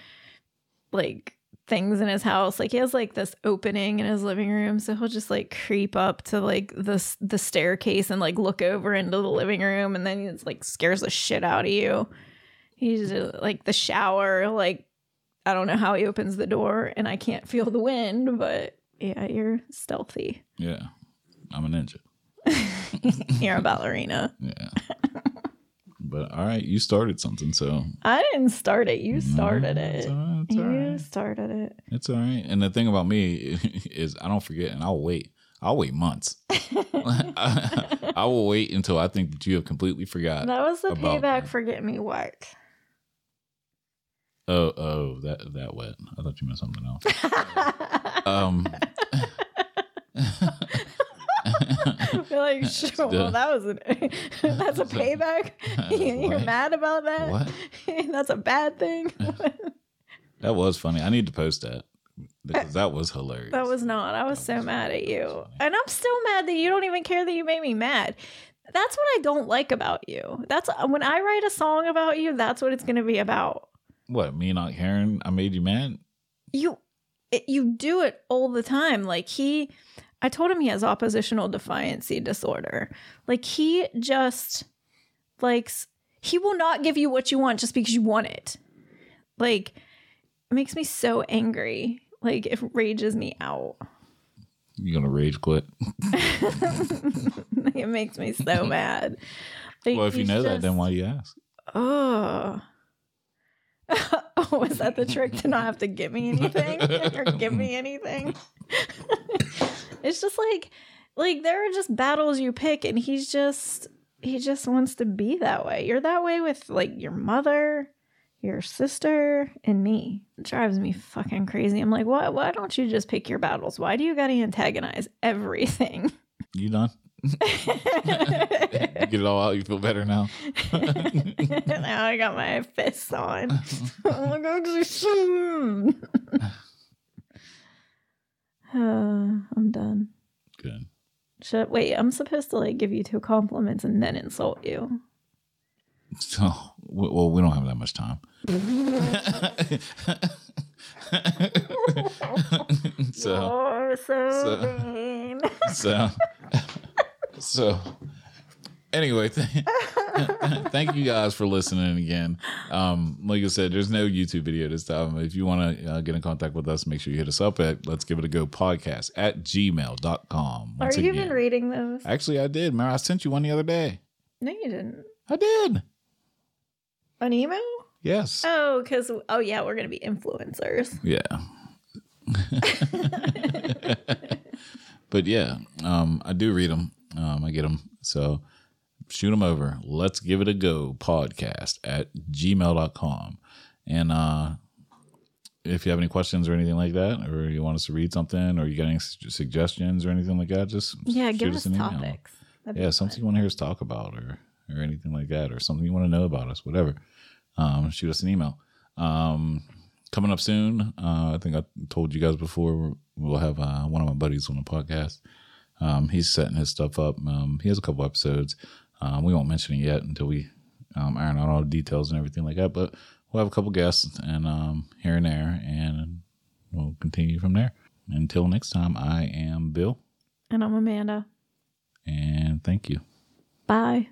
[SPEAKER 2] like, things in his house. Like, he has, like, this opening in his living room. So he'll just, like, creep up to, like, the, s- the staircase and, like, look over into the living room. And then he just, like, scares the shit out of you. He's just, like, the shower, like, I don't know how he opens the door and I can't feel the wind, but yeah, you're stealthy.
[SPEAKER 1] Yeah, I'm a ninja.
[SPEAKER 2] You're a ballerina.
[SPEAKER 1] Yeah. but all right, you started something, so
[SPEAKER 2] I didn't start it. You started
[SPEAKER 1] It's
[SPEAKER 2] it.
[SPEAKER 1] all right. It's all
[SPEAKER 2] You
[SPEAKER 1] right.
[SPEAKER 2] started it.
[SPEAKER 1] It's all right. And the thing about me is, I don't forget, and I'll wait. I'll wait months. I, will wait until I think that you have completely forgot.
[SPEAKER 2] That was the
[SPEAKER 1] about
[SPEAKER 2] payback
[SPEAKER 1] that.
[SPEAKER 2] for getting me wet.
[SPEAKER 1] Oh, oh, that that wet. I thought you meant something else. Um,
[SPEAKER 2] You're like, sure, well, that was an, that's a payback. You're
[SPEAKER 1] What?
[SPEAKER 2] mad about that.
[SPEAKER 1] What?
[SPEAKER 2] that's a bad thing.
[SPEAKER 1] that was funny. I need to post that because that was hilarious.
[SPEAKER 2] Uh, that was not. I was
[SPEAKER 1] That
[SPEAKER 2] so
[SPEAKER 1] was-
[SPEAKER 2] mad at
[SPEAKER 1] that was
[SPEAKER 2] you,
[SPEAKER 1] funny.
[SPEAKER 2] and I'm still mad that you don't even care that you made me mad. That's what I don't like about you. That's when I write a song about you. That's what it's going to be about.
[SPEAKER 1] what me not caring. I made you mad.
[SPEAKER 2] you it, you do it all the time like he i told him he has oppositional defiancy disorder like he just likes he will not give you what you want just because you want it like it makes me so angry like it rages me out
[SPEAKER 1] You gonna rage quit?
[SPEAKER 2] it makes me so mad Like,
[SPEAKER 1] Well, if you
[SPEAKER 2] he's
[SPEAKER 1] know that, then
[SPEAKER 2] just-
[SPEAKER 1] why you ask?
[SPEAKER 2] oh was Oh, that the trick to not have to give me anything or give me anything? it's just like like there are just battles you pick and he's just he just wants to be that way. You're that way with like your mother, your sister, and me. It drives me fucking crazy. I'm like, why why don't you just pick your battles? Why do you gotta antagonize everything?
[SPEAKER 1] You done? Get it all out. You feel better now.
[SPEAKER 2] now I got my fists on. oh my god, 'cause you're so mean. Uh, I'm done.
[SPEAKER 1] Good.
[SPEAKER 2] Should, wait, I'm supposed to like give you two compliments and then insult you.
[SPEAKER 1] So, w- well, we don't have that much time. so,
[SPEAKER 2] oh, so,
[SPEAKER 1] so-
[SPEAKER 2] mean.
[SPEAKER 1] so, so. Anyway, th- Thank you guys for listening again. Um, like I said, there's no YouTube video this time. If you want to uh, get in contact with us, make sure you hit us up at let's give it a go podcast at gmail.com.
[SPEAKER 2] Are
[SPEAKER 1] Once
[SPEAKER 2] you
[SPEAKER 1] again.
[SPEAKER 2] even reading those?
[SPEAKER 1] Actually, I did. Remember, I sent you one the other day.
[SPEAKER 2] No, you didn't.
[SPEAKER 1] I did.
[SPEAKER 2] An email?
[SPEAKER 1] Yes.
[SPEAKER 2] Oh, because oh yeah, we're gonna be influencers.
[SPEAKER 1] Yeah. but yeah, um, I do read them. Um, I get them. So shoot them over. Let's give it a go podcast at gmail.com. And uh, if you have any questions or anything like that, or you want us to read something, or you got any su- suggestions or anything like that, just
[SPEAKER 2] Yeah,
[SPEAKER 1] shoot
[SPEAKER 2] give us
[SPEAKER 1] an email.
[SPEAKER 2] topics. That'd be
[SPEAKER 1] Yeah,
[SPEAKER 2] fun.
[SPEAKER 1] something you want to hear us talk about, or or anything like that, or something you want to know about us, whatever. Um, shoot us an email. Um, coming up soon. Uh, I think I told you guys before. We'll have uh, one of my buddies on the podcast. Um, he's setting his stuff up. Um, he has a couple episodes. Um, we won't mention it yet until we um, iron out all the details and everything like that. But we'll have a couple guests and um, here and there, and we'll continue from there. Until next time, I am Bill,
[SPEAKER 2] And I'm Amanda.
[SPEAKER 1] and thank you.
[SPEAKER 2] Bye.